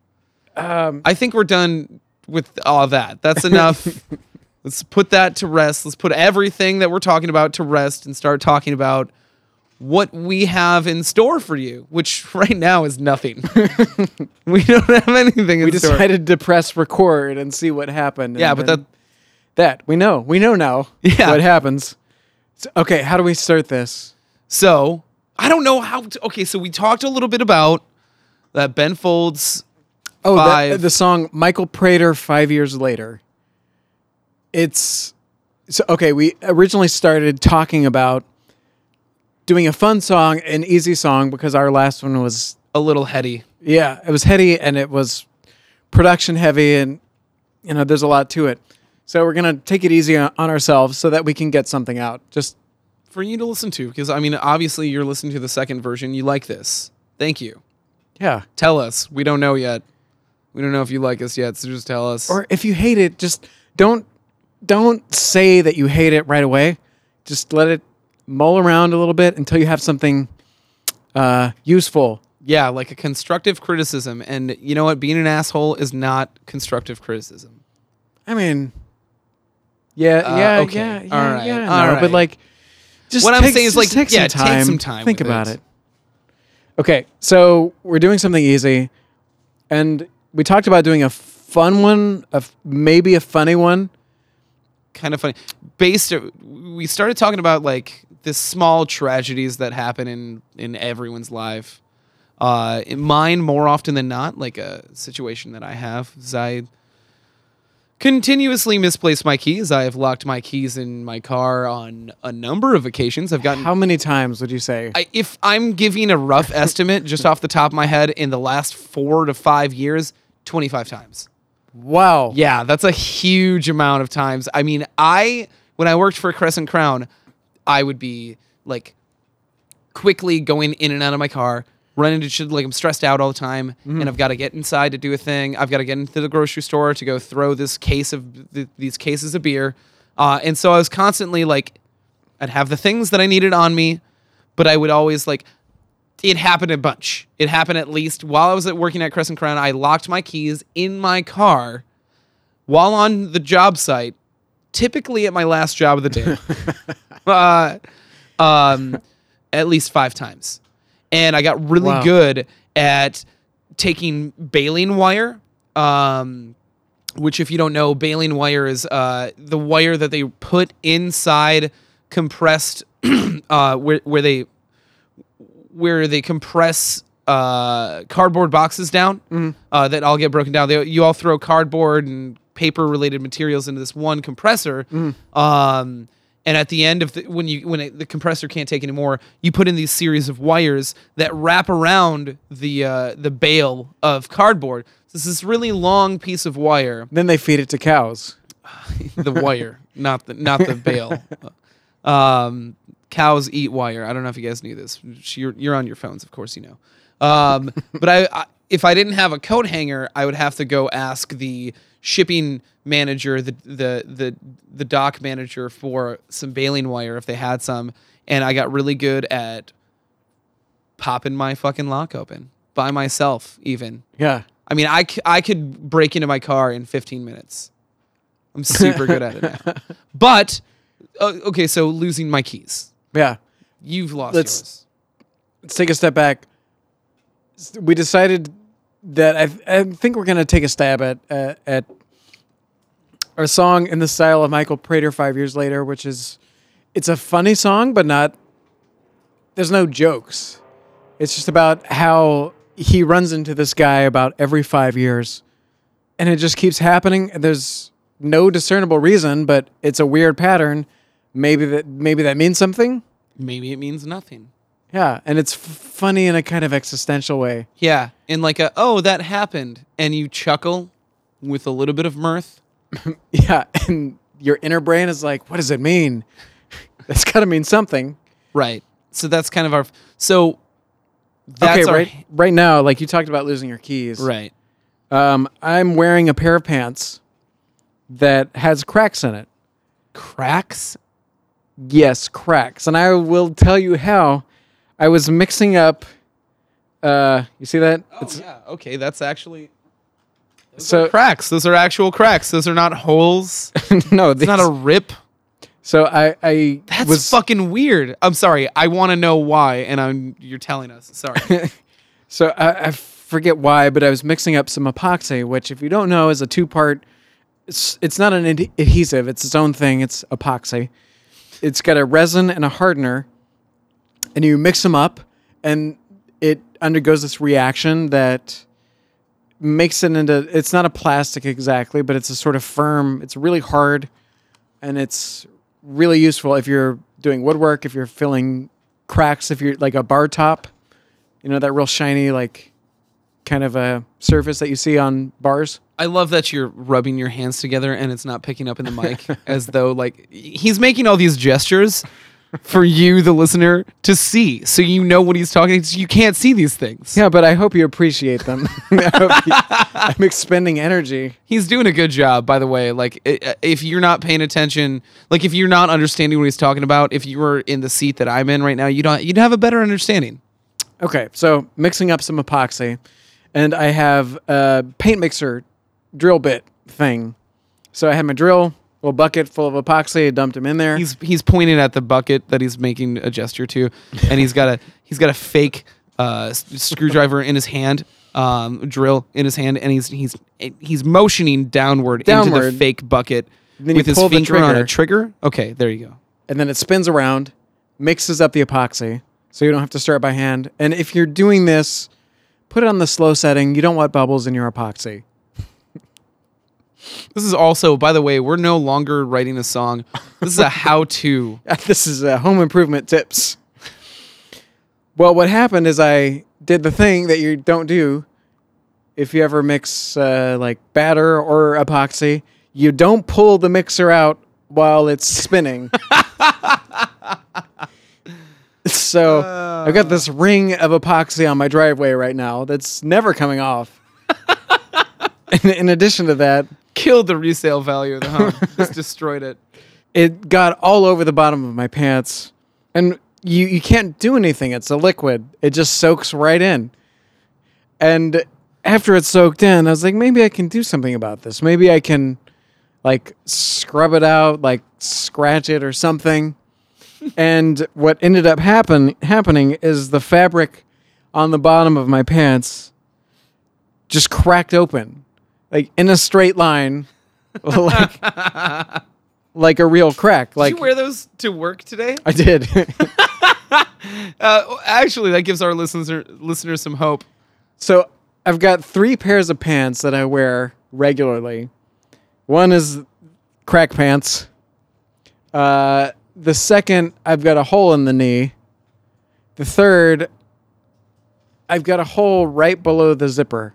Um, i think we're done with all that that's enough let's put that to rest let's put everything that we're talking about to rest and start talking about what we have in store for you which right now is nothing we don't have anything in we store decided to press record and see what happened. yeah and but then- that that we know. We know now Yeah. what happens. So, okay, how do we start this? So I don't know how. To, okay, so we talked a little bit about that Ben Folds. Oh, the, Five. the song Michael Prater, Five Years Later. It's so okay. We originally started talking about doing a fun song, an easy song, because our last one was A little heady. yeah, it was heady and it was production heavy, and you know, there's a lot to it. So we're gonna take it easy on on ourselves so that we can get something out. Just for you to listen to because I mean, obviously, you're listening to the second version. You like this. Thank you. yeah, Tell us. We don't know yet. We don't know if you like us yet, so just tell us. or if you hate it, just don't don't say that you hate it right away. Just let it mull around a little bit until you have something uh, useful. yeah, like a constructive criticism. And you know what? Being an asshole is not constructive criticism. I mean, yeah, Uh, yeah, okay. yeah, yeah, All right. yeah. All no, right. But like, just What I'm take- saying is, just like, take yeah, some take time. some time Think with about it. it. Okay, so we're doing something easy, and we talked about doing a fun one, a f- maybe a funny one. Kind of funny. Based, uh, we started talking about like the small tragedies that happen in in everyone's life. Uh, in mine more often than not, like a situation that I have is I continuously misplace my keys. I have locked my keys in my car on a number of occasions. I've gotten How many times would you say? I, if I'm giving a rough estimate just off the top of my head in the last 4 to 5 years, 25 times. wow. Yeah, that's a huge amount of times. I mean, I when I worked for Crescent Crown, I would be like quickly going in and out of my car, running to shit like I'm stressed out all the time, and I've got to get inside to do a thing. I've got to get into the grocery store to go throw this case of th- these cases of beer, uh, and so I was constantly like, I'd have the things that I needed on me, but I would always like. It happened a bunch. It happened at least while I was at working at Crescent Crown. I locked my keys in my car while on the job site, typically at my last job of the day, uh, um, at least five times. And I got really Wow. good at taking baling wire, um, which, if you don't know, baling wire is uh, the wire that they put inside compressed, uh, where, where they where they compress uh, cardboard boxes down uh, that all get broken down. They, you all throw cardboard and paper related materials into this one compressor. Um, and at the end of the, when you when it, the compressor can't take anymore, you put in these series of wires that wrap around the uh, the bale of cardboard. So this is really long piece of wire Then they feed it to cows. the wire, not the not the bale. Um, cows eat wire. I don't know if you guys knew this. You're, you're on your phones, of course you know. Um, but I, I if I didn't have a coat hanger, I would have to go ask the shipping manager, the the the the dock manager for some baling wire if they had some. And I got really good at popping my fucking lock open by myself, even. Yeah. I mean, I, c- I could break into my car in 15 minutes. I'm super good at it now. But uh, okay, so losing my keys. Yeah. You've lost Let's- yours. Let's take a step back. S- We decided that I, I think we're going to take a stab at, at at our song in the style of Michael Prater five years later, which is it's a funny song, but not. There's no jokes. It's just about how he runs into this guy about every five years, and it just keeps happening. And There's no discernible reason, but it's a weird pattern. Maybe that maybe that means something. Maybe it means nothing. Yeah, and it's f- funny in a kind of existential way. Yeah, in like a oh that happened, and you chuckle with a little bit of mirth. Yeah, and your inner brain is like, what does it mean? That's got to mean something. Right. So that's kind of our. So that's Okay, our, right right now, like you talked about losing your keys. Right. Um, I'm wearing a pair of pants that has cracks in it. Cracks. Yes, cracks. And I will tell you how I was mixing up uh you see that? Oh yeah. Okay, that's actually so cracks. Those are actual cracks. Those are not holes. It's no, these, not a rip. so I I That's was fucking weird. I'm sorry. I want to know why, and I'm you're telling us. Sorry. So I, I forget why, but I was mixing up some epoxy, which, if you don't know, is a two-part. It's it's not an ad- adhesive; it's its own thing. It's epoxy. It's got a resin and a hardener, and you mix them up, and it undergoes this reaction that makes it into. It's not a plastic exactly, but it's a sort of firm. It's really hard, and it's really useful if you're doing woodwork, if you're filling cracks, if you're like a bar top you know that real shiny like kind of a surface that you see on bars I love that you're rubbing your hands together and it's not picking up in the mic as though like he's making all these gestures for you the listener to see so you know what he's talking you can't see these things. yeah but i hope you appreciate them I hope you- i'm expending energy He's doing a good job by the way. Like i- uh, if you're not paying attention, like if you're not understanding what he's talking about, if you were in the seat that I'm in right now, you don't you'd have a better understanding. okay so mixing up some epoxy and i have a paint mixer drill bit thing so i had my drill little bucket full of epoxy i dumped him in there He's he's pointing at the bucket that he's making a gesture to and he's got a he's got a fake uh, s- screwdriver in his hand. Um, drill in his hand, and he's he's he's motioning downward, into Downward. the fake bucket then you with his pull the finger on a trigger. Okay, there you go. and then it spins around, mixes up the epoxy, so you don't have to start by hand. And if you're doing this, put it on the slow setting. You don't want bubbles in your epoxy. This is also, by the way, we're no longer writing a song. This is a how-to. this is uh, home improvement tips. Well, what happened is I did the thing that you don't do if you ever mix uh, like batter or epoxy. You don't pull the mixer out while it's spinning. so I've got this ring of epoxy on my driveway right now that's never coming off. in, in addition to that, Killed the resale value of the home. Just destroyed it. it got all over the bottom of my pants and you you can't do anything it's a liquid it just soaks right in and after it soaked in i was like maybe i can do something about this maybe i can like scrub it out like scratch it or something and what ended up happen happening is the fabric on the bottom of my pants just cracked open like in a straight line like like a real crack like Did you wear those to work today? I did. Uh, actually, that gives our listener listeners some hope. so I've got three pairs of pants that I wear regularly. One is crack pants. Uh, the second, I've got a hole in the knee. The third, I've got a hole right below the zipper.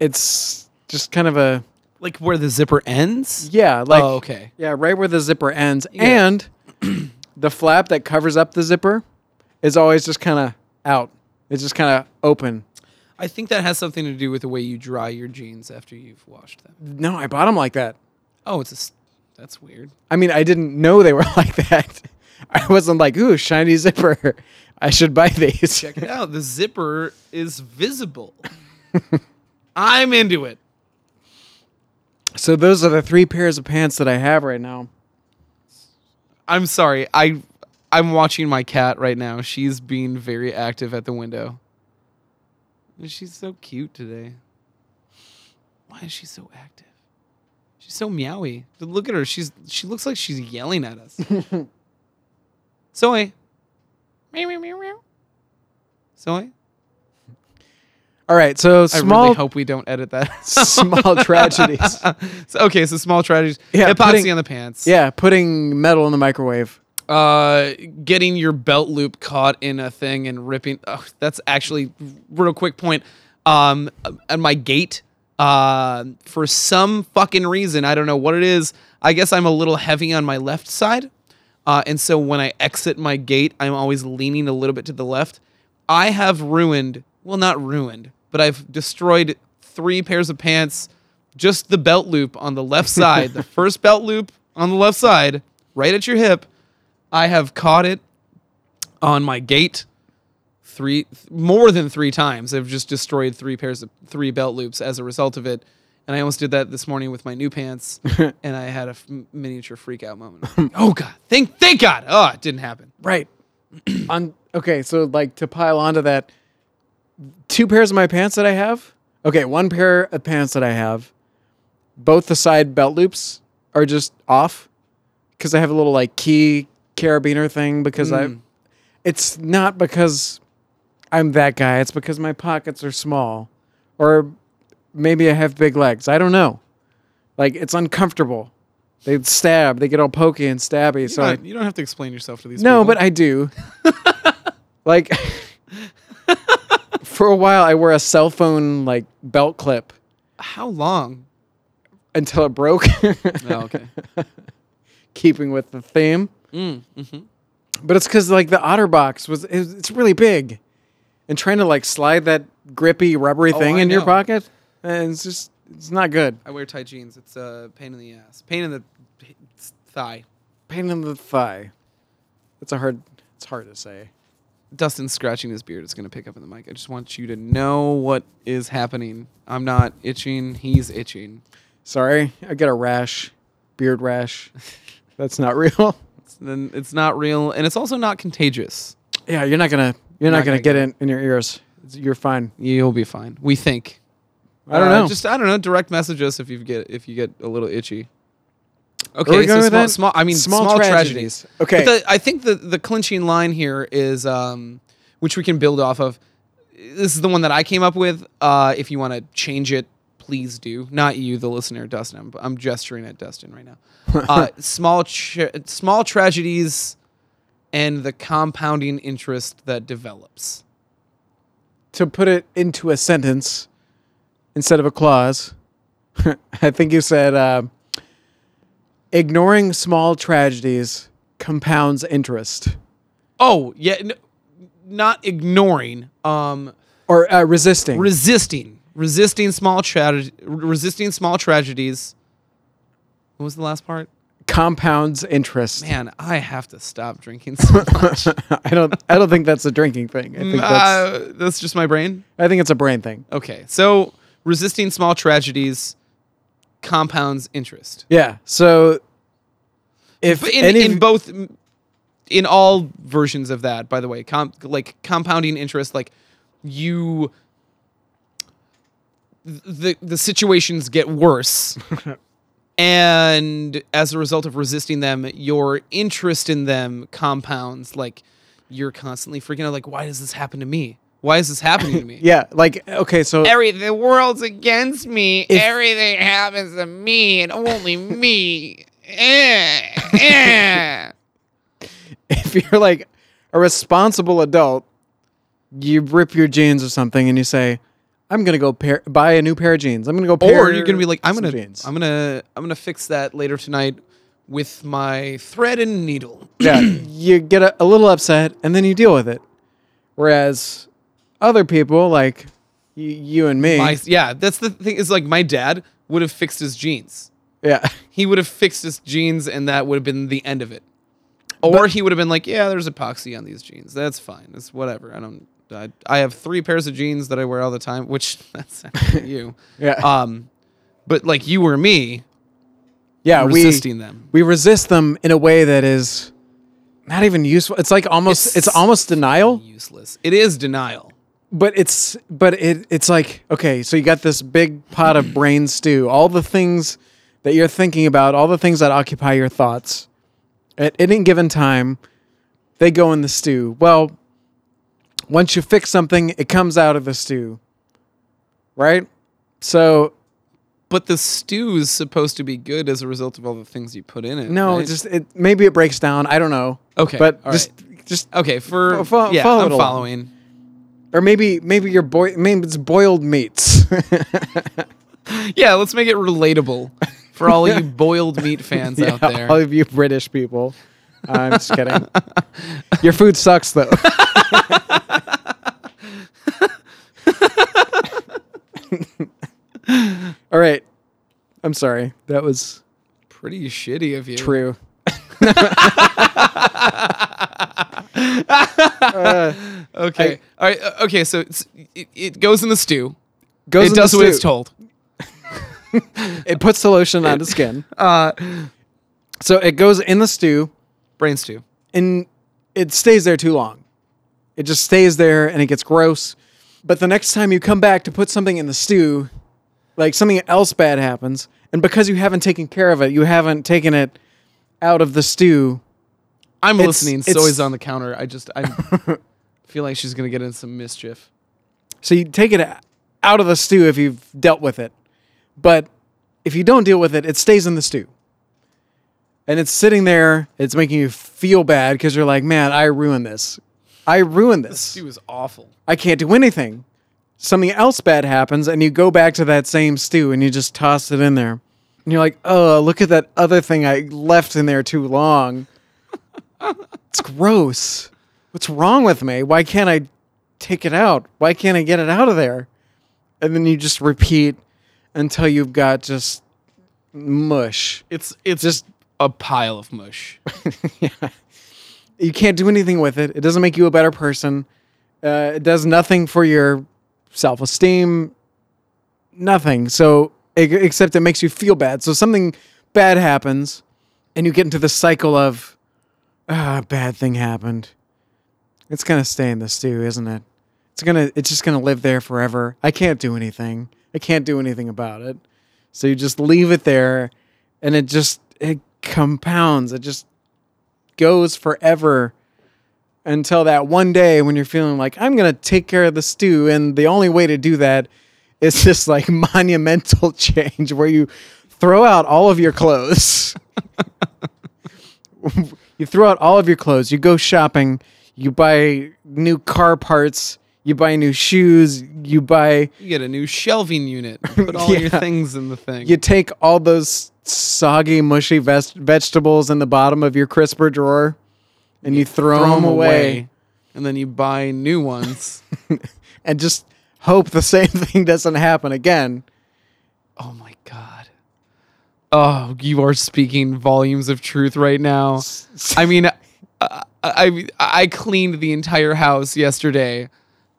It's just kind of a Like where the zipper ends. yeah, like oh, okay. Yeah, right where the zipper ends. And the flap that covers up the zipper is always just kind of out. It's just kind of open. I think that has something to do with the way you dry your jeans after you've washed them. No, I bought them like that. Oh, it's a. s- That's weird. I mean, I didn't know they were like that. I wasn't like, ooh, shiny zipper. I should buy these. Now the zipper is visible. I'm into it. So those are the three pairs of pants that I have right now. I'm sorry. I I'm watching my cat right now. She's being very active at the window. And She's so cute today. Why is she so active? She's so meowy. But Look at her. She's she looks like she's yelling at us. Soy. Meow meow meow meow. Soy. All right, so I small really hope we don't edit that. small tragedies. So- okay, so small tragedies. Yeah, Epoxy putting- on the pants. Yeah, putting metal in the microwave. uh getting your belt loop caught in a thing and ripping oh, that's actually real quick point um and my gait uh for some fucking reason i don't know what it is i guess i'm a little heavy on my left side uh and so when i exit my gate i'm always leaning a little bit to the left i have ruined well not ruined but i've destroyed three pairs of pants just the belt loop on the left side the first belt loop on the left side right at your hip I have caught it on my gate three th- more than three times. I've just destroyed three pairs of three belt loops as a result of it. And I almost did that this morning with my new pants, and I had a f- miniature freak out moment. oh God! Thank, thank God! Oh, it didn't happen. Right. on okay, so like to pile onto that, two pairs of my pants that I have. Okay, one pair of pants that I have, both the side belt loops are just off because I have a little like key carabiner thing because I. It's not because I'm that guy. It's because my pockets are small, or maybe I have big legs. I don't know. Like it's uncomfortable. They stab. They get all pokey and stabby. so I, you don't have to explain yourself to these. no, but I do. like for a while I wore a cell phone like belt clip how long? until it broke, Oh, okay. keeping with the theme. Mm, mhm. But it's cuz like the Otterbox was it, it's really big. And trying to like slide that grippy rubbery thing Oh, I in your know. pocket, and it's just it's not good. I wear tight jeans. It's a pain in the ass. Pain in the it's thigh. Pain in the thigh. It's a hard it's hard to say. Dustin scratching his beard is going to pick up in the mic. I just want you to know what is happening. I'm not itching. He's itching. Sorry. I got a rash. Beard rash. That's not real. It's, then it's not real, and it's also not contagious. Yeah, you're not gonna you're not, gonna, get it in your ears. It's- You're fine. You'll be fine. We think. I don't Uh, know. Just I don't know. Direct message us if you get if you get a little itchy. Where are Okay, we so going with small, that? small. I mean, small, tragedies. Okay. But the, I think the the clinching line here is, um, which we can build off of. This is the one that I came up with. Uh, if you want to change it, please do. Not you, the listener, Dustin. I'm, I'm gesturing at Dustin right now. Uh, small, tra- small tragedies, and the compounding interest that develops. to put it into a sentence instead of a clause, I think you said uh, ignoring small tragedies compounds interest Oh yeah, n- not ignoring. Um, or uh, resisting. resisting resisting small tragedy resisting small tragedies what was the last part compounds interest. man i have to stop drinking so much I don't. I don't think that's a drinking thing. I think that's. Uh, that's just my brain I think it's a brain thing. okay so resisting small tragedies compounds interest Yeah. So if But in, any in both in all versions of that by the way com- like compounding interest like you the the situations get worse and as a result of resisting them your interest in them compounds like you're constantly freaking out like why does this happen to me why is this happening to me yeah, like okay, so Every the world's against me. If- Everything happens to me and only me. Eh, eh. if you're like a responsible adult, you rip your jeans or something and you say, "I'm gonna go pair, buy a new pair of jeans. I'm gonna go." Pair or you're gonna be like, I'm some gonna, jeans." I'm gonna, I'm gonna fix that later tonight with my thread and needle. yeah, you get a, a little upset and then you deal with it. Whereas other people, like you, you and me, My, yeah, that's the thing. Is like my dad would have fixed his jeans. yeah, He would have fixed his jeans, and that would have been the end of it. Or he would have been like, "Yeah, there's epoxy on these jeans. That's fine. It's whatever. I don't. I, I have three pairs of jeans that I wear all the time, which that's actually you. yeah, Um, but like you or me yeah. We resisting them. we resist them in a way that is not even useful. It's like almost it's, It's- almost denial, Useless. It is denial. but it's but it it's like okay, so you got this big pot of brain stew, all the things that you're thinking about, all the things that occupy your thoughts. At any given time, they go in the stew. Well, once you fix something, it comes out of the stew. Right? So But the stew is supposed to be good as a result of all the things you put in it. no, right? it just it maybe it breaks down. I don't know. Okay, But all just just okay for Fo- fo- yeah. follow it I'm along. following. or maybe maybe your boy maybe it's boiled meats. Yeah, let's make it relatable for all you boiled meat fans out there. All of you British people. I'm just kidding. Your food sucks though. All right. I'm sorry. That was Pretty shitty of you. true. Okay. all right. uh, Okay. So it's, it, it goes in the stew. Goes in it the does what it's stew. told. It puts the lotion on the skin. Uh, So it goes in the stew brain stew. and it stays there too long. It just stays there and it gets gross. But the next time you come back to put something in the stew, like something else bad happens, and because you haven't taken care of it, you haven't taken it out of the stew. I'm It's- listening. it's- Zoe's on the counter. I just I feel like she's gonna get in some mischief. So you take it o- out of the stew if you've dealt with it. But if you don't deal with it, it stays in the stew. And it's sitting there, it's making you feel bad because you're like, man, I ruined this. I ruined this. Stew is awful. I can't do anything. Something else bad happens, and you go back to that same stew and you just toss it in there. And you're like, oh, look at that other thing I left in there too long. it's gross. What's wrong with me? Why can't I take it out? Why can't I get it out of there? And then you just repeat until you've got just mush. It's it's just a pile of mush. you can't do anything with it. It doesn't make you a better person. Uh, it does nothing for your self esteem. Nothing. So e- except it makes you feel bad. So something bad happens, and you get into the cycle of, ah, bad thing happened. It's gonna stay in the stew, isn't it? It's gonna. It's just gonna live there forever. I can't do anything. I can't do anything about it. So you just leave it there, and it just it compounds. It just goes forever until that one day when you're feeling like I'm gonna take care of the stew, and the only way to do that is this like monumental change where you throw out all of your clothes. you throw out all of your clothes. You go shopping. You buy new car parts. You buy new shoes. You buy. You get a new shelving unit. Put all your Yeah. things in the thing. You take all those soggy, mushy ves- vegetables in the bottom of your crisper drawer, and you throw, Throw 'em them away. and then you buy new ones. and just hope the same thing doesn't happen again. oh my god. Oh, you are speaking volumes of truth right now. I mean, I, I I cleaned the entire house yesterday,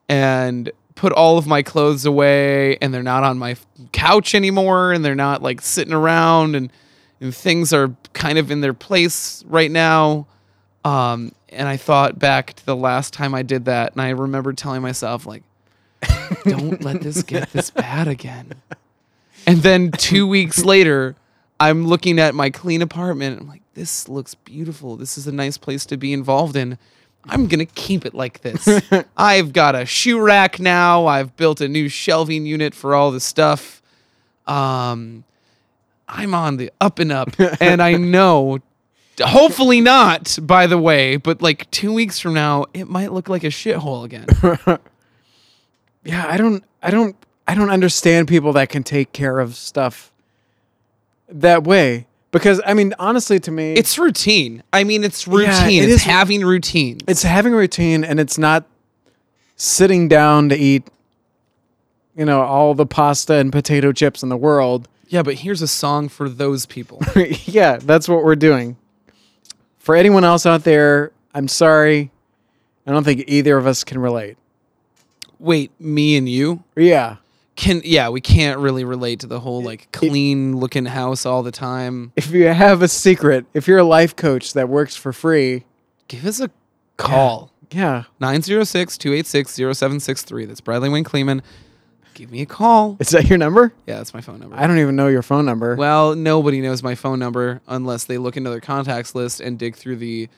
and put all of my clothes away, and they're not on my f- couch anymore, and they're not like sitting around, and and things are kind of in their place right now. Um, and I thought back to the last time I did that, and I remember telling myself like, "Don't let this get this bad again." And then two weeks later, I'm looking at my clean apartment. I'm like, this looks beautiful. This is a nice place to be involved in. I'm going to keep it like this. I've got a shoe rack now. I've built a new shelving unit for all the stuff. Um, I'm on the up and up. and I know, hopefully not, by the way, but like two weeks from now, it might look like a shithole again. Yeah, I don't I don't I don't understand people that can take care of stuff that way because I mean honestly to me It's routine. I mean, it's routine. Yeah, it it's is- having routine. it's having a routine and it's not sitting down to eat you know all the pasta and potato chips in the world. Yeah, but here's a song for those people. yeah, that's what we're doing. For anyone else out there, I'm sorry. I don't think either of us can relate. Wait, me and you Yeah. can yeah, we can't really relate to the whole like clean looking house all the time. if you have a secret, if you're a life coach that works for free, give us a call. Yeah. 906 286 0763. That's Bradley Wayne Kleeman. Give me a call. Is that your number? Yeah, that's my phone number. I don't even know your phone number. Well, nobody knows my phone number unless they look into their contacts list and dig through the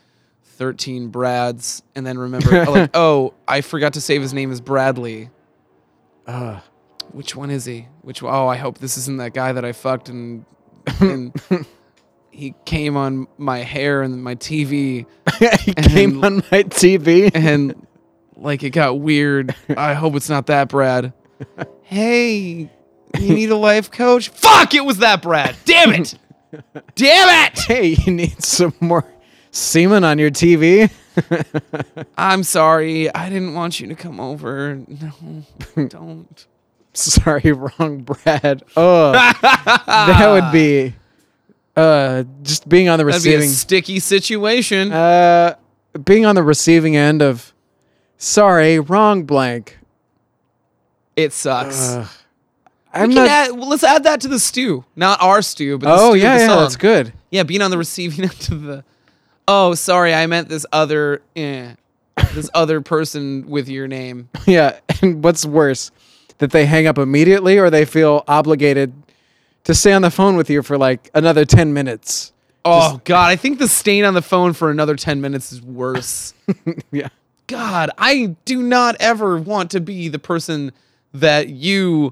13 Brads and then remember, oh, like, oh, I forgot to save his name as Bradley. Ugh. Which one is he? Which one- oh, I hope this isn't that guy that I fucked and, and he came on my hair and my TV he came on my TV. and like it got weird. I hope it's not that Brad. Hey, you need a life coach? Fuck, it was that Brad. Damn it. Damn it. Hey, you need some more semen on your TV? I'm sorry. I didn't want you to come over. No, don't. Sorry, wrong Brad. Oh, that would be uh, just being on the That'd be a receiving sticky situation. uh, being on the receiving end of sorry, wrong blank. it sucks. Ugh. We I'm can not. add- well, let's add that to the stew. Not our stew, but the oh stew of yeah, the yeah, song. that's good. Yeah, being on the receiving end of the. Oh, sorry. I meant this other. Eh, this other person with your name. Yeah, and what's worse, that they hang up immediately or they feel obligated to stay on the phone with you for like another 10 minutes. Oh God, I think the stain on the phone for another ten minutes is worse. Yeah. God, I do not ever want to be the person that you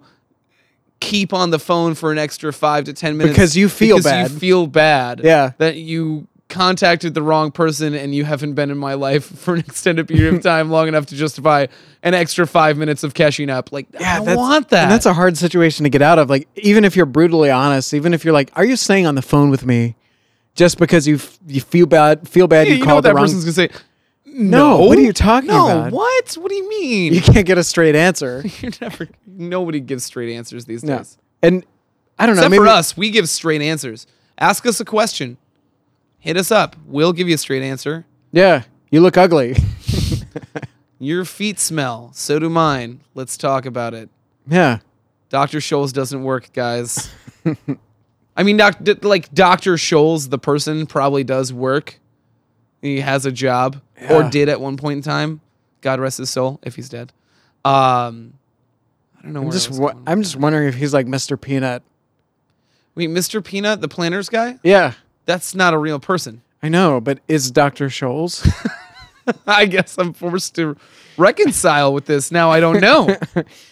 keep on the phone for an extra five to ten minutes Because you feel because You bad. feel bad. Yeah. that you contacted the wrong person and you haven't been in my life for an extended period of time long enough to justify an extra five minutes of catching up. Like, I don't that's- want that. And that's a hard situation to get out of. Like, even if you're brutally honest, even if you're like, "Are you staying on the phone with me?" Just because you f- you feel bad, feel bad, Yeah, you, you know called what the that wrong. person's gonna say. No, what are you talking no, about? what? What do you mean? You can't get a straight answer. You're never. Nobody gives straight answers these No, days. and I don't know. Except maybe for us, we give straight answers. Ask us a question. Hit us up. We'll give you a straight answer. yeah, you look ugly. Your feet smell. So do mine. Let's talk about it. yeah, Dr. Scholes doesn't work, guys. I mean, doc, d- like Dr. Scholes, the person, probably does work. He has a job or Yeah. did at one point in time. God rest his soul if he's dead. Um, I don't know I'm where just I was wo- going. I'm just wondering if he's like Mr. Peanut. Wait, Mr. Peanut, the planners guy? Yeah, That's not a real person. I know, but is Doctor Scholes? I guess I'm forced to reconcile with this now. I don't know.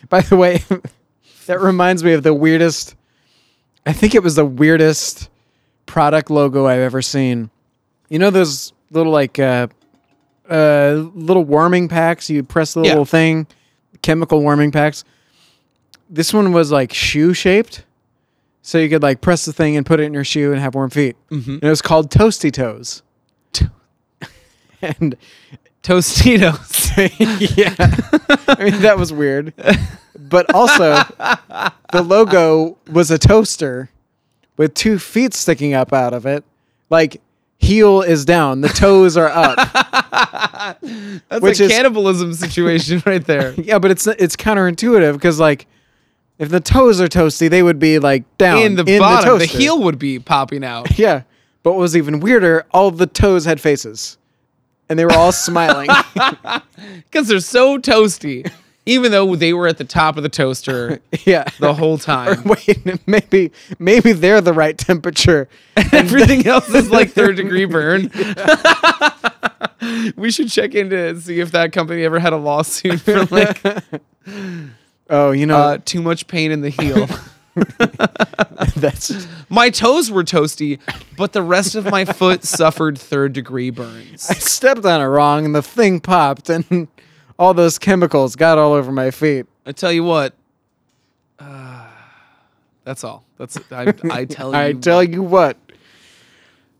By the way, that reminds me of the weirdest. I think it was the weirdest product logo I've ever seen. You know those little like uh, uh, little warming packs. You press the Yeah. little thing, chemical warming packs. This one was like shoe shaped, so you could like press the thing and put it in your shoe and have warm feet. And it was called Toasty Toes. and Tostitos. yeah. I mean, that was weird. But also, the logo was a toaster with two feet sticking up out of it. Like, heel is down, the toes are up. That's Which a is- cannibalism situation right there. yeah, but it's it's counterintuitive because, like, if the toes are toasty, they would be, like, down In the bottom, the toaster. heel would be popping out. Yeah. But what was even weirder, all the toes had faces. And they were all smiling. because they're so toasty, even though they were at the top of the toaster yeah. the whole time. Wait, maybe maybe they're the right temperature. Everything else is like third degree burn. we should check in to see if that company ever had a lawsuit for like Oh, you know uh, too much pain in the heel. that's My toes were toasty, but the rest of my foot suffered third degree burns. I stepped on it wrong and the thing popped and all those chemicals got all over my feet. I tell you what. Uh, that's all. That's I, I tell you. I tell you what.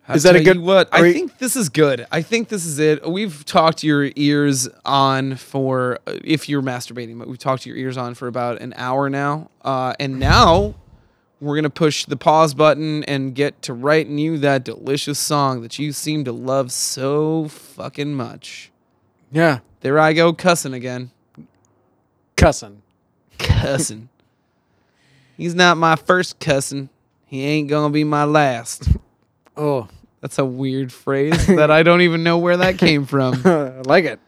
I Is that a tell you good- what? I are you- think this is good. I think this is it. We've talked your ears on for uh, if you're masturbating, but we've talked your ears on for about an hour now. Uh, and now we're gonna push the pause button and get to writing you that delicious song that you seem to love so fucking much. Yeah. There I go cussing again. Cussing. Cussing. He's not my first cussing. He ain't gonna be my last. Oh. That's a weird phrase that I don't even know where that came from. I like it.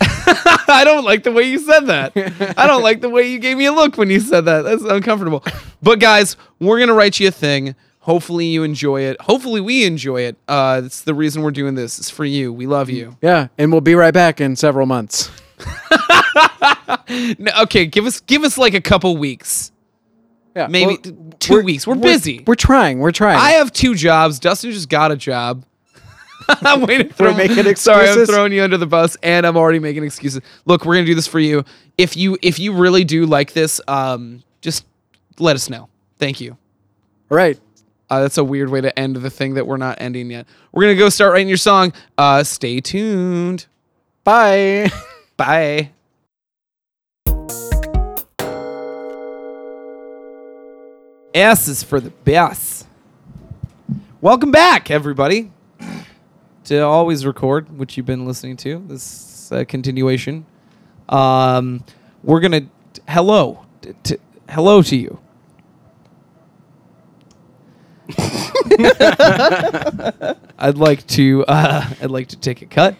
I don't like the way you said that. I don't like the way you gave me a look when you said that. That's uncomfortable. But guys, we're gonna write you a thing. Hopefully you enjoy it. Hopefully we enjoy it. Uh, it's the reason we're doing this. It's for you. We love you. Yeah, and we'll be right back in several months. No, okay, give us give us like a couple weeks, Yeah, maybe well, t- two weeks. We're, busy. We're trying. We're trying. I have two jobs. Dustin just got a job. I'm waiting. to throw- making Sorry, I'm excuses? throwing you under the bus, and I'm already making excuses. Look, we're gonna do this for you. If you if you really do like this, um, just let us know. Thank you. All right. Uh, that's a weird way to end the thing that we're not ending yet. We're gonna go start writing your song. Uh, stay tuned. Bye. Bye. S is for the bass. Welcome back, everybody, to Always Record, which you've been listening to. This is a continuation. Um, we're going to. Hello. T- t- hello to you. I'd like to. Uh, I'd like to take a cut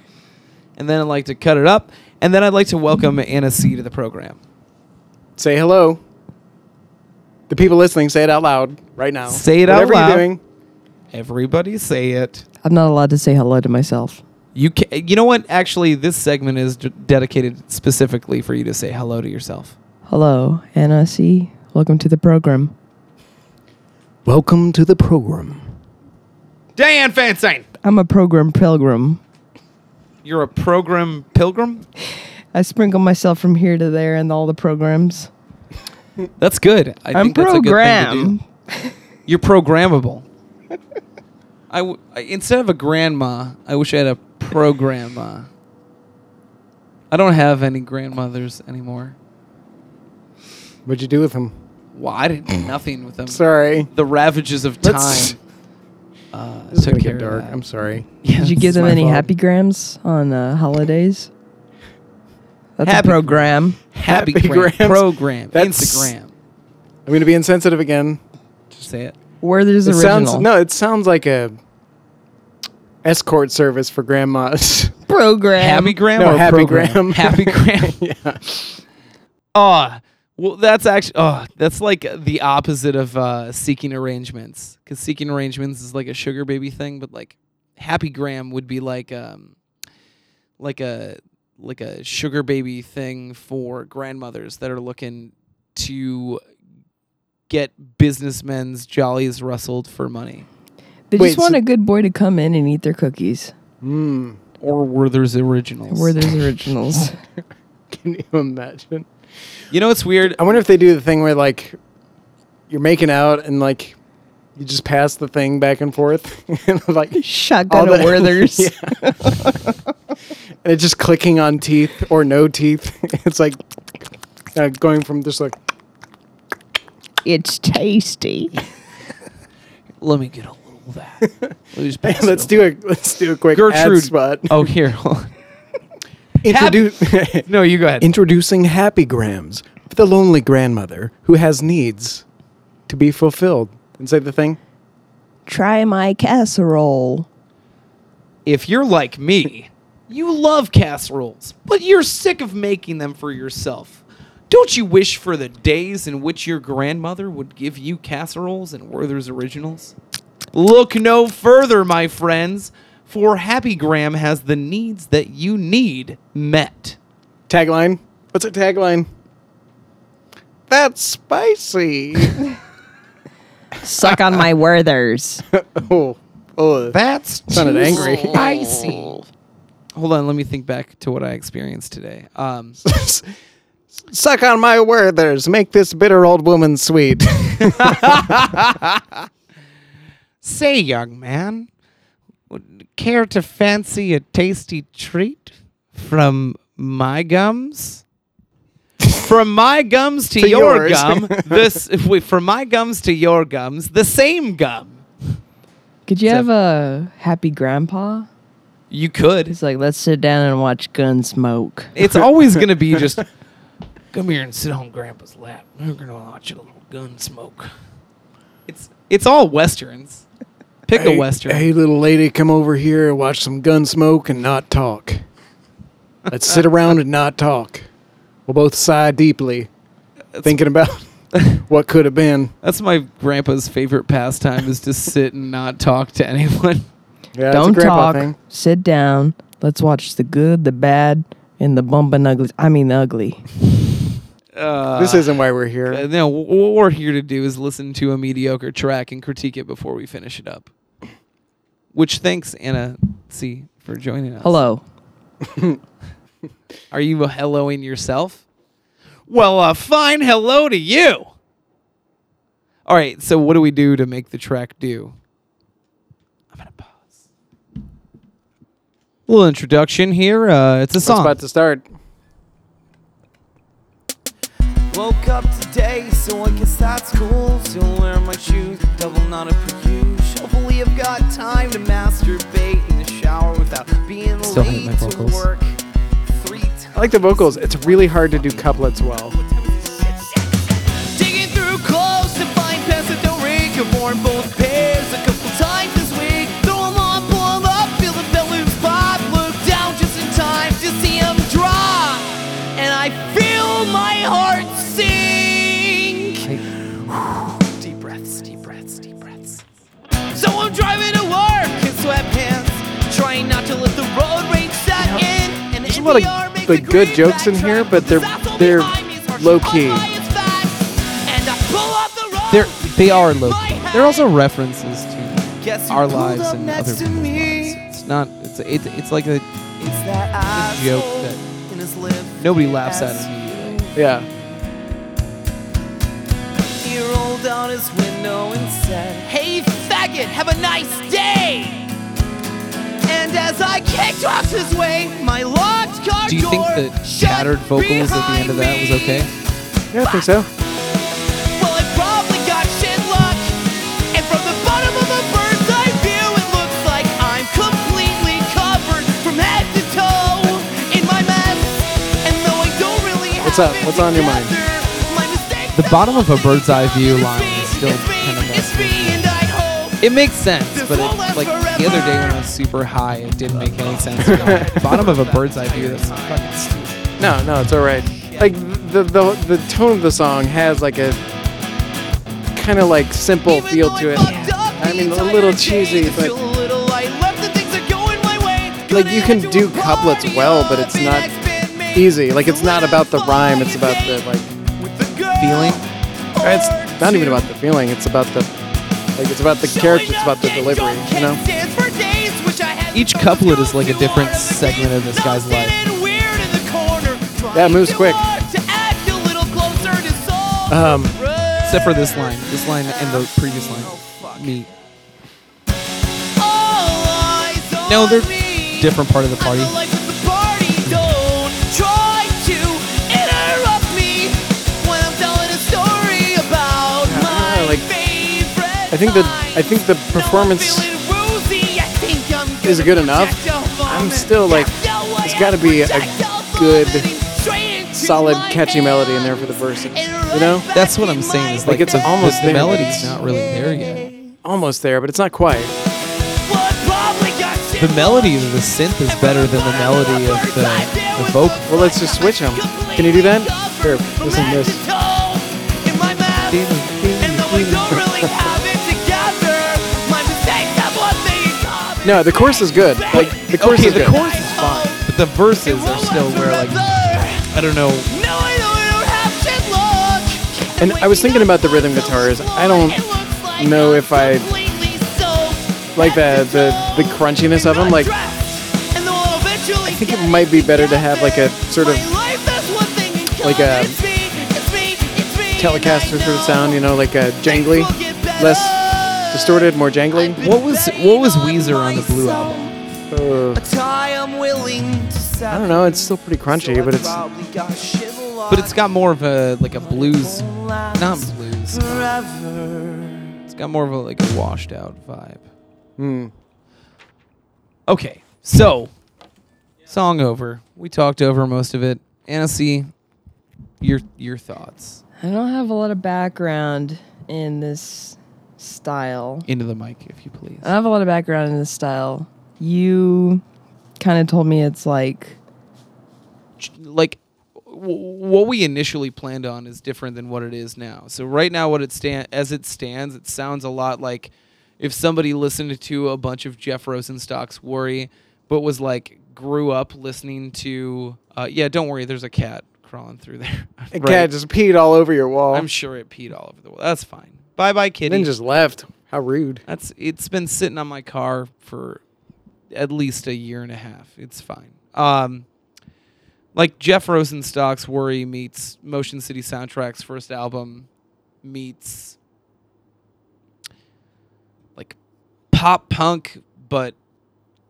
and then I'd like to cut it up, and then I'd like to welcome Anna C to the program. Say hello. The people listening, say it out loud right now. Say it out Whatever loud. You're doing. Everybody say it. I'm not allowed to say hello to myself. You can, you know what? Actually, this segment is d- dedicated specifically for you to say hello to yourself. Hello, Anna C. Welcome to the program. Welcome to the program. Diane Fanstein, I'm a program pilgrim. you're a program pilgrim. I sprinkle myself from here to there in all the programs. That's good. I I'm think that's a good thing to program. do. You're programmable. I, w- I instead of a grandma, I wish I had a programma. I don't have any grandmothers anymore. What'd you do with him? Well, I did nothing with them. Sorry. the ravages of Let's- time. Uh, This took is care get dark. Of that. I'm sorry. Yeah, Did you this give is them my any fault. happy grams on uh, holidays? That's Happy- a program. happy, Happy gram, grams? program That's- Instagram? I'm gonna be insensitive again. Just say it. Where there's It original. sounds no. It sounds like a escort service for grandmas. program. Happy gram No, or happy program? gram. happy gram. yeah. Oh, well, that's actually oh, that's like the opposite of uh, seeking arrangements because seeking arrangements is like a sugar baby thing, but like happy gram would be like um, like a like a sugar baby thing for grandmothers that are looking to get businessmen's jollies rustled for money. They Wait, just want so- a good boy to come in and eat their cookies. Mm. Or Werther's originals. Where there's originals. Can you imagine? you know what's weird? I wonder if they do the thing where like you're making out and like you just pass the thing back and forth and like Shotgun All of the- Werther's. Yeah. and it's just clicking on teeth or no teeth. it's like uh, going from just like It's tasty. Let me get a little of that. Let me just hey, pass it let's over. do a let's do a quick Gertrude. ad spot. Oh, here. hold on. Introdu- No, you go ahead. Introducing Happy Grams for the lonely grandmother who has needs to be fulfilled. And say the thing. Try my casserole. if you're like me, you love casseroles, but you're sick of making them for yourself. Don't you wish for the days in which your grandmother would give you casseroles and Werther's originals? Look no further, my friends, for Happy Graham has the needs that you need met. Tagline. What's our tagline? That's spicy. Suck on my Werther's. oh, oh. That's Sounded too angry. Spicy. Hold on, let me think back to what I experienced today. Um, Suck on my Werthers. Make this bitter old woman sweet. Say, young man, would you care to fancy a tasty treat from my gums? from my gums to, To your yours. gum, this wait, from my gums to your gums, the same gum. Could you So- have a happy grandpa? You could. He's like, let's sit down and watch Gunsmoke. It's always gonna be just come here and sit on Grandpa's lap. We're gonna watch a little gun smoke. It's it's all westerns. Pick hey, a western. Hey, little lady, come over here and watch some gun smoke and not talk. Let's sit around and not talk. We'll both sigh deeply, thinking about what could have been. That's my grandpa's favorite pastime is to sit and not talk to anyone. Yeah, Don't it's a grandpa talk. thing. Sit down. Let's watch the good, the bad, and the bumpin' ugly. I mean, ugly. Uh, This isn't why we're here. uh, no. wh- What we're here to do is listen to a mediocre track and critique it before we finish it up. Which thanks Anna C for joining us. Hello. Are you helloing yourself? Well, a fine hello to you. All right, so what do we do to make the track do? I'm going to pause. little introduction here. Uh, it's a It's song. about to start. Woke up today, so I can start school. Still wear my shoes, double knotted for you. Hopefully, I've got time to masturbate in the shower without being Still hate late my to vocals. work. Three times. I like the vocals. It's really hard to do couplets well. Digging through clothes to find pants that don't rink. I've worn both pairs a couple times this week. Throw 'em on, blow 'em up, feel the balloons pop. Look down just in time to see 'em drop. And I feel my heart sink. Deep breaths, deep breaths, deep breaths. So I'm driving to work in sweatpants, trying not to let the road rage set in. And There's a lot of, like, good jokes in here, but they're- they're low-key. They're, they are low. They're also references to our lives and other next to people's lives. me. It's not. It's a, it's, it's like a It's that a joke asshole that in his lift nobody laughs at as immediately. Yeah. He rolled down his window and said, Hey, faggot, have a nice day! And as I kicked off his way, my locked car Do you think door the shut shattered vocals at the end of that was behind okay? me. Yeah, I think so. Well, I probably got shit luck. And from the bottom of a bird's eye view, it looks like I'm completely covered from head to toe in my mess. And though I don't really What's have up? it What's on your mind? together, my mistakes The are bottom of a often bird's eye view it's line me, is still it's me, kind of It's messed me, and I hope. It makes sense, This but won't it, last like the other day when I was super high, it didn't make any sense. at all. Bottom of a bird's eye view. That's fucking stupid. No, no, it's all right. Like the the the tone of the song has like a kind of like simple Even feel though to it. fucked up I the mean, a entire little day, cheesy, I but- feel a little light left, and things are going my way. Like, Gonna you can have to do party couplets well, but up it's and not expand me. Easy. Like it's So not when about the I rhyme. It's about finally the like. with the girl Feeling? or It's not even two. about the feeling. It's about the like. It's about the Showing character. It's up about the getting delivery. drunk You and know. stands for days, which I hadn't Each thought couplet was is like a too different hard. The segment of game's this guy's all life. thin and weird in the corner, Yeah, it moves trying quick. too hard to act a little closer to solve Um, the road. Except for this line, this line and the previous Oh, line. Me. All eyes on No, they're me. different part of the I'm party. the life of the party. Don't try to interrupt me when I'm telling a story about Yeah, I my don't know, like, favorite I think the I times. think the Though I'm performance feeling woozy, I think I'm is gonna good enough. project a I'm vomit. still, like, That's the way it's I gotta be a project good, vomiting straight into solid, my catchy melody in there hands for the verses. and You know, right back That's what in I'm saying. Is my Like, like, it's the, almost the there. melody's not really there yet. almost there, but it's not quite. What probably got shit The melody of the synth is better than the melody of the, the vocal. Well, let's just switch them. Can you do that? Here, listen to this. No, the chorus is good. Like the chorus Okay, is the good. chorus is fine, but the verses are still where like I don't know. And I was thinking about the rhythm guitars. I don't know if I like the the the crunchiness of them. Like I think it might be better to have, like, a sort of- like a Telecaster sort of sound. You know, like a jangly, less distorted, more jangly. What was what was Weezer on the Blue album? Uh, I'm willing to I don't know. It's still pretty crunchy, but it's But it's got more of a like a blues, not blues. forever. It's got more of a like a washed out vibe. hmm. Okay, so song over. We talked over most of it. Annecy, your your thoughts. I don't have a lot of background in this style. into the mic, if you please. I have a lot of background in this style. You kind of told me it's like ch- like w- what we initially planned on is different than what it is now. So right now, what it stand as it stands, it sounds a lot like if somebody listened to a bunch of Jeff Rosenstock's "Worry," but was like grew up listening to. Uh, yeah, don't worry. There's a cat crawling through there. A Right. cat just peed all over your wall. I'm sure it peed all over the wall. That's fine. Bye bye, kitty. and then just left. How rude. That's it's been sitting on my car for at least a year and a half. It's fine. Um, like Jeff Rosenstock's Worry meets Motion City Soundtrack's first album meets like pop punk, but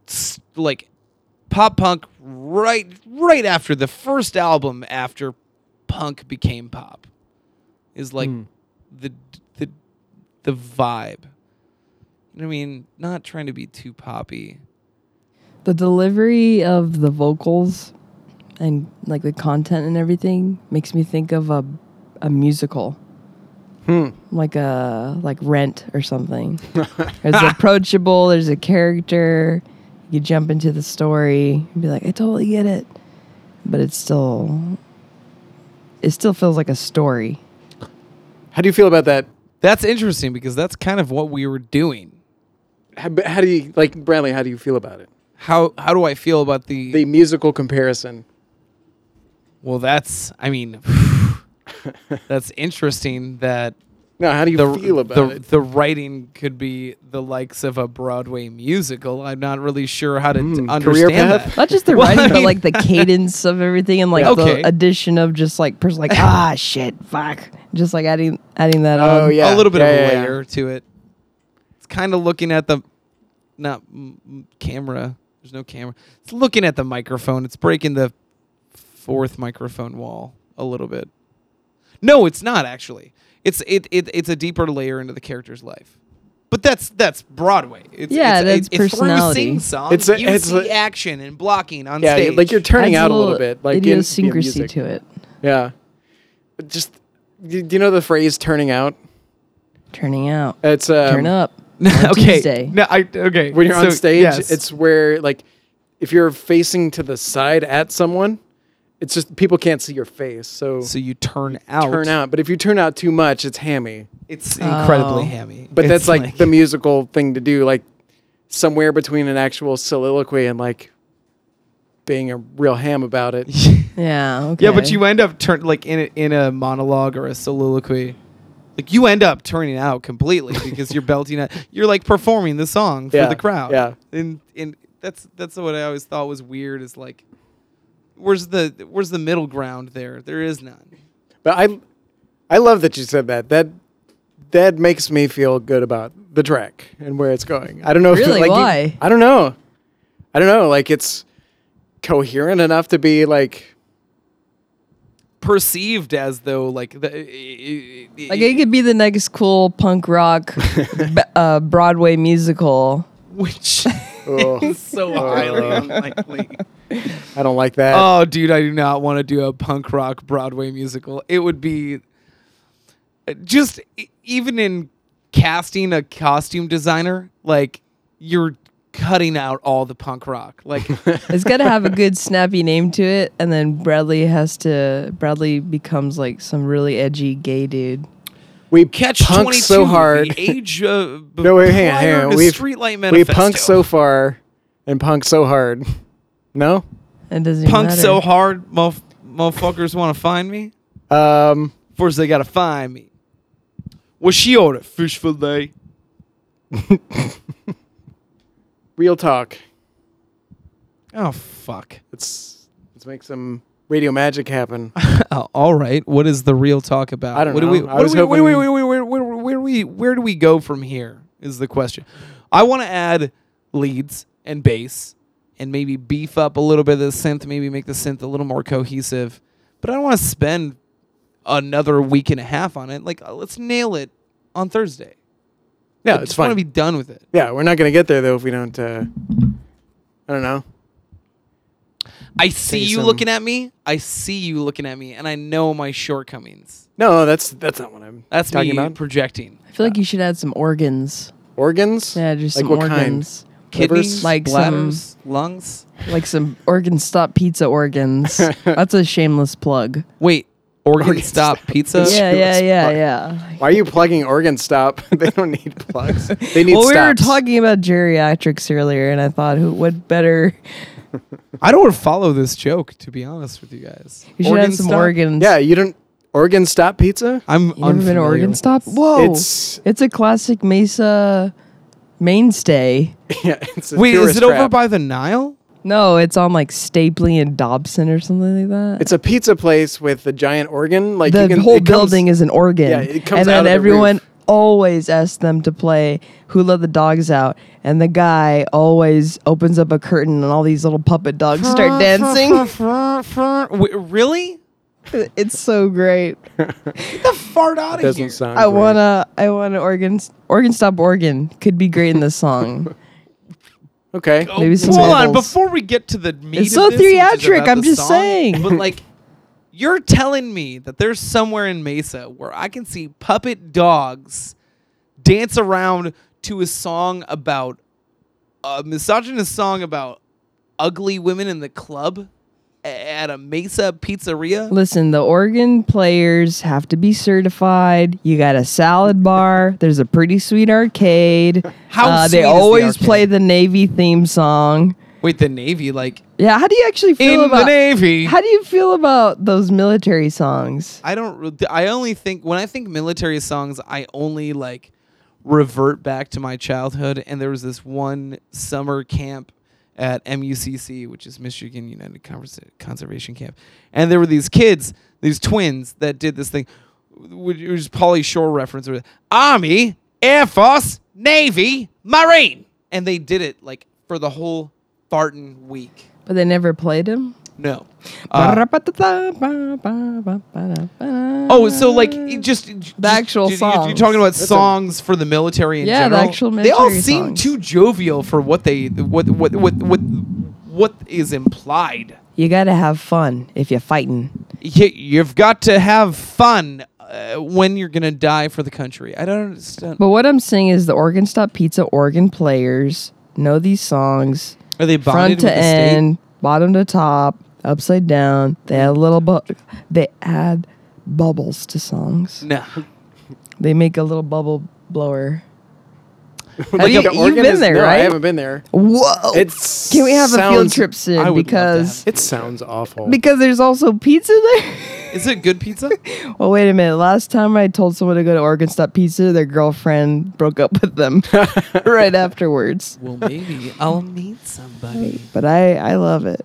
s- like pop punk right right after the first album after punk became pop is like the the the vibe. I mean, not trying to be too poppy. the delivery of the vocals and like the content and everything makes me think of a a musical. Hmm. Like a like rent or something. it's approachable, there's a character, you jump into the story and be like, I totally get it. But it's still it still feels like a story. How do you feel about that? That's interesting because that's kind of what we were doing. How, how do you like Bradley? How do you feel about it? How how do I feel about the, The musical comparison. Well, that's I mean, that's interesting that No, how do you the feel about the, it? the writing could be the likes of a Broadway musical. I'm not really sure how to d- Hmm, career understand path? that. Not just the Well, I writing, but mean- like the cadence of everything and like Yeah. the Okay. addition of just like person like ah shit fuck, just like adding adding that Oh, on. yeah. a little bit yeah, of a yeah, yeah. layer to it. It's kind of looking at the not m- m- camera. There's no camera. It's looking at the microphone. It's breaking the fourth microphone wall a little bit. No, it's not actually. It's it, it it's a deeper layer into the character's life. But that's that's Broadway. It's, Yeah, it's, that's it's, it's through personality. sing song. It's a- you it's see a- action and blocking on yeah, stage. like you're turning Adds out a little, bit, like in- yeah, idiosyncrasy music. to it. Yeah, But just do do you know the phrase "turning out"? Turning out, It's um, turn up. on okay. Tuesday. No, I okay. when you're So, on stage. yes. It's where like if you're facing to the side at someone, it's just people can't see your face, so, so you turn out. turn out. But if you turn out too much, it's hammy. It's incredibly Oh. hammy. But It's that's like, the musical thing to do, like somewhere between an actual soliloquy and like being a real ham about it. Yeah. Okay. Yeah, but you end up turn like in a, in a monologue or a soliloquy, like you end up turning out completely because you're belting out. You're like performing the song for Yeah, the crowd. yeah. and and that's that's what I always thought was weird is like, where's the where's the middle ground there? There is none. But I, I love that you said that. That that makes me feel good about the track and where it's going. I don't know. Really? If, like, you- Why? I don't know. I don't know. Like it's coherent enough to be like Perceived as though like the i- i- i- like it could be the next cool punk rock b- uh, Broadway musical. which oh, so highly unlikely. I don't like that. Oh, dude, I do not want to do a punk rock Broadway musical. It would be just e- even in casting a costume designer, like you're cutting out all the punk rock. Like It's got to have a good snappy name to it, and then Bradley has to. Bradley becomes like some really edgy gay dude. we catch punk 22, so hard. The age of No, wait, hang on, hang on. We We've- streetlight We manifesto. punk so far and punk so hard. No. It doesn't even punk matter. so hard, mof- motherfuckers want to find me. Um. First, they gotta find me. What she ordered? Fish fillet. Real talk. Oh fuck. Let's let's make some radio magic happen. Oh, all right. What is the real talk about? I don't what know. Do we, I what do was we- wait, hoping- wait, wait, wait, wait, where, where, where do we where do we go from here? Is the question. I want to add leads and bass and maybe beef up a little bit of the synth. Maybe make the synth a little more cohesive. But I don't want to spend another week and a half on it. Like uh, let's nail it on Thursday. Yeah, I it's just want fine. to be done with it. yeah, we're not gonna get there though if we don't. Uh, I don't know. I see you some- looking at me. I see you looking at me, and I know my shortcomings. No, that's that's not what I'm That's talking me about. projecting. I feel like you should add some organs. Organs? Yeah, just like some what organs. Kidneys, Like some- bladders, lungs. Like some organ stop pizza organs. That's a shameless plug. Wait, organ, Organ stop, stop. pizza. yeah, yeah, shameless yeah, plug. yeah. kind? Why are you plugging organ stop? they don't need plugs. They need Well, we were stops. talking about geriatrics earlier, and I thought, who what better? I don't follow this joke to be honest with you guys. You should add some organs. Yeah, you don't organ stop pizza? I'm you never been to organ stop? Whoa, It's It's a classic Mesa mainstay. yeah, it's a Wait, is tourist it over trap. by the Nile? No, it's on like Stapley and Dobson or something like that. It's a pizza place with a giant organ. Like the you can, whole it comes- building is an organ. yeah, it comes and out then of the everyone roof. always asks them to play Who Let the Dogs Out? And the guy always opens up a curtain and all these little puppet dogs start dancing. Wait, really? it's so great. Fart out of doesn't here. sound. I great. wanna I wanna organ organ stop organ could be great in this song. Okay. Oh, Maybe some hold on, labels. before we get to the meat It's of so this, which is theatric, about I'm the just song, saying. But like, you're telling me that there's somewhere in Mesa where I can see puppet dogs dance around to a song about a misogynist song about ugly women in the club a- at a Mesa pizzeria. Listen, the organ players have to be certified. You got a salad bar. There's a pretty sweet arcade. How uh, sweet they is the always arcade? play the Navy theme song. Wait, the Navy, like Yeah, how do you actually feel in the about Navy. How do you feel about those military songs? I don't. re- I only think when I think military songs, I only like revert back to my childhood. And there was this one summer camp at MUCC, which is Michigan United Conversa- Conservation Camp, and there were these kids, these twins, that did this thing, which was Polly Shore reference, where Army, Air Force, Navy, Marine, and they did it like for the whole Barton week. But they never played them. No. Uh, Oh, so like it just just- Mm. actual you- you- You're songs. talking about songs for the military in Yeah, the general. actual they all military seem songs. too jovial for what they what what what what what is implied. you gotta have fun if you're fighting. You, you've got to have fun uh, when you're gonna die for the country. I don't understand. But what I'm saying is the Organ Stop Pizza organ players know these songs. Are they front bonded to with the end, bottom to top, upside down. They add little bu- they add bubbles to songs. state? No. They make a little bubble blower. Have Like you, the have organ been is- there, no, right? I haven't been there. Whoa! It's Can we have a field sounds- trip soon? I would love to have because It sounds awful. because there's also pizza there. Is it good pizza? well, wait a minute. Last time I told someone to go to Oregon Stop Pizza, their girlfriend broke up with them right afterwards. well, maybe I'll meet somebody. But I I love it.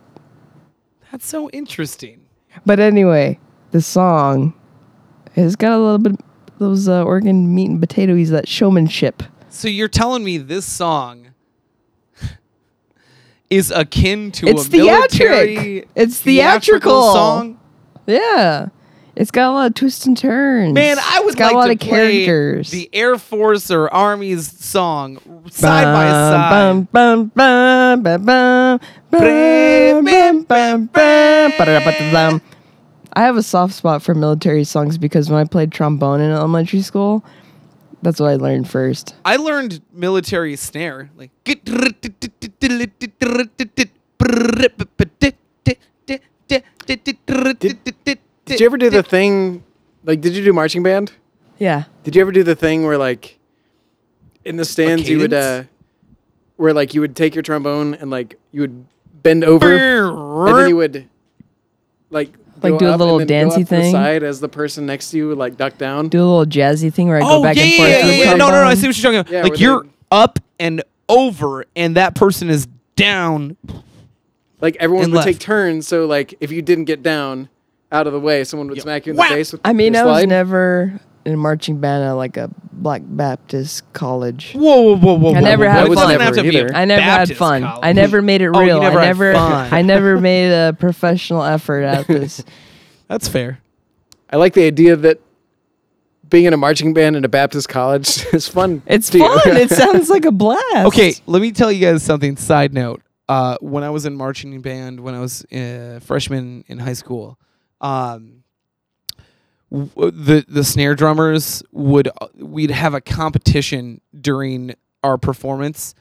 That's so interesting. But anyway, the song has got a little bit those uh, organ meat and potatoes that showmanship. So you're telling me this song is akin to It's a theatric. military It's theatrical. song? Yeah. It's got a lot of twists and turns. Man, I would it's like got a lot to of play characters. the Air Force or Army's song side by side. Bum, bum, bum, bum, bum, Bam, bam, bam, bam, bam, bam, ba-da-da-ba-da-dum. I have a soft spot for military songs because when I played trombone in elementary school, that's what I learned first. I learned military snare like Did you ever do the thing? Like, did you do marching band? Yeah. Did you ever do the thing where like in the stands you would uh cadence? where like you would take your trombone and like you would bend over and then you thing? would like Like, go do a up and little then go dancey up to the thing? side as the person next to you would like duck down. Do a little jazzy thing where I go Oh back yeah, and yeah, forth. yeah, with yeah. No, no, no. I trombone. see what you're talking about. Yeah, where like they- you're up and over, and that person is down. Like everyone and would left. take turns, so like if you didn't get down out of the way, someone would smack you in Whack. the face with I mean, your I was slide. never in a marching band at like a Black Baptist college. Whoa, whoa, whoa, whoa! I never whoa, had whoa. It doesn't fun. have to be Never a either. I never had Baptist fun. college. I never made it Oh, you real. never I had never, fun. I never made a professional effort at this. That's fair. I like the idea that being in a marching band in a Baptist college is fun. It's to you. fun. it sounds like a blast. Okay, let me tell you guys something. Side note: uh, when I was in marching band, when I was a freshman in high school, um, w- the the snare drummers would uh, we'd have a competition during our performance.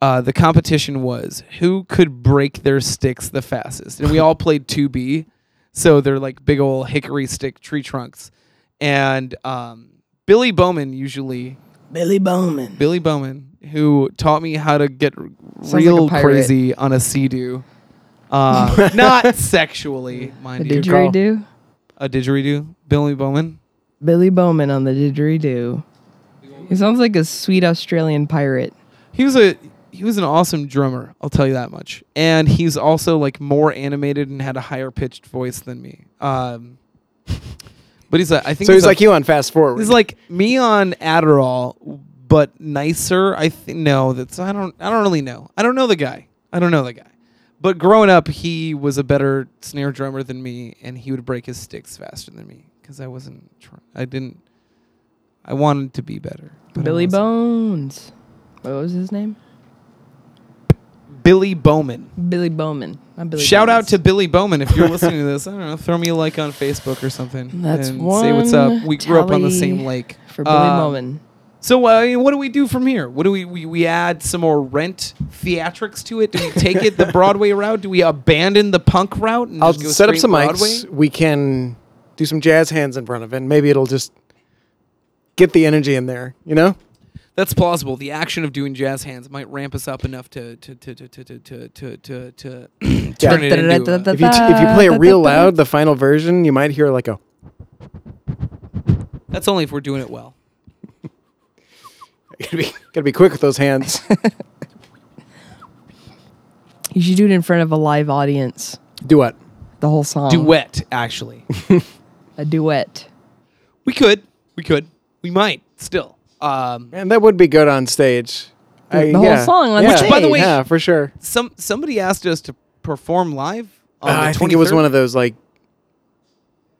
Uh, the competition was who could break their sticks the fastest, and we all played two B, so they're like big old hickory stick tree trunks, and um, Billy Bowman usually Billy Bowman. Billy Bowman, who taught me how to get r- like real a pirate. crazy on a sea-doo. Uh, not sexually, The mind you. didgeridoo. a didgeridoo, Billy Bowman. Billy Bowman on the didgeridoo. He sounds like a sweet Australian pirate. He was a he was an awesome drummer, I'll tell you that much. And he's also like more animated and had a higher pitched voice than me. Um, but he's a, I think So he's a- like you on fast forward. He's like me on Adderall, but nicer. I think no, that's I don't I don't really know. I don't know the guy. I don't know the guy. But growing up, he was a better snare drummer than me, and he would break his sticks faster than me because I wasn't. Tr- I didn't. I wanted to be better. but I Billy wasn't. Bones. What was his name? Billy Bowman. Billy Bowman. Not Billy Shout out Bones. to Billy Bowman if you're listening to this. I don't know. Throw me a like on Facebook or something. That's and Say what's one up. We grew up on the tally same lake. for Billy Uh, Bowman. So uh, I mean, what do we do from here? What do we, we we add some more rent theatrics to it? Do we take it the Broadway route? Do we abandon the punk route and I'll just go set up straight some Broadway? mics. We can do some jazz hands in front of it. And maybe it'll just get the energy in there, you know? That's plausible. The action of doing jazz hands might ramp us up enough to to to to to to to to to, to turn it into. A, If you, t- if you play it real loud, the final version, you might hear like a that's only if we're doing it well. gotta be, gotta be quick with those hands. You should do it in front of a live audience. do what? The whole song. Duet, actually, A duet. we could, we could, we might still. Um, And that would be good on stage. The whole song on yeah. stage. Which, by the way- yeah, for sure. some somebody asked us to perform live. On Uh, the I think it was 23rd. one of those like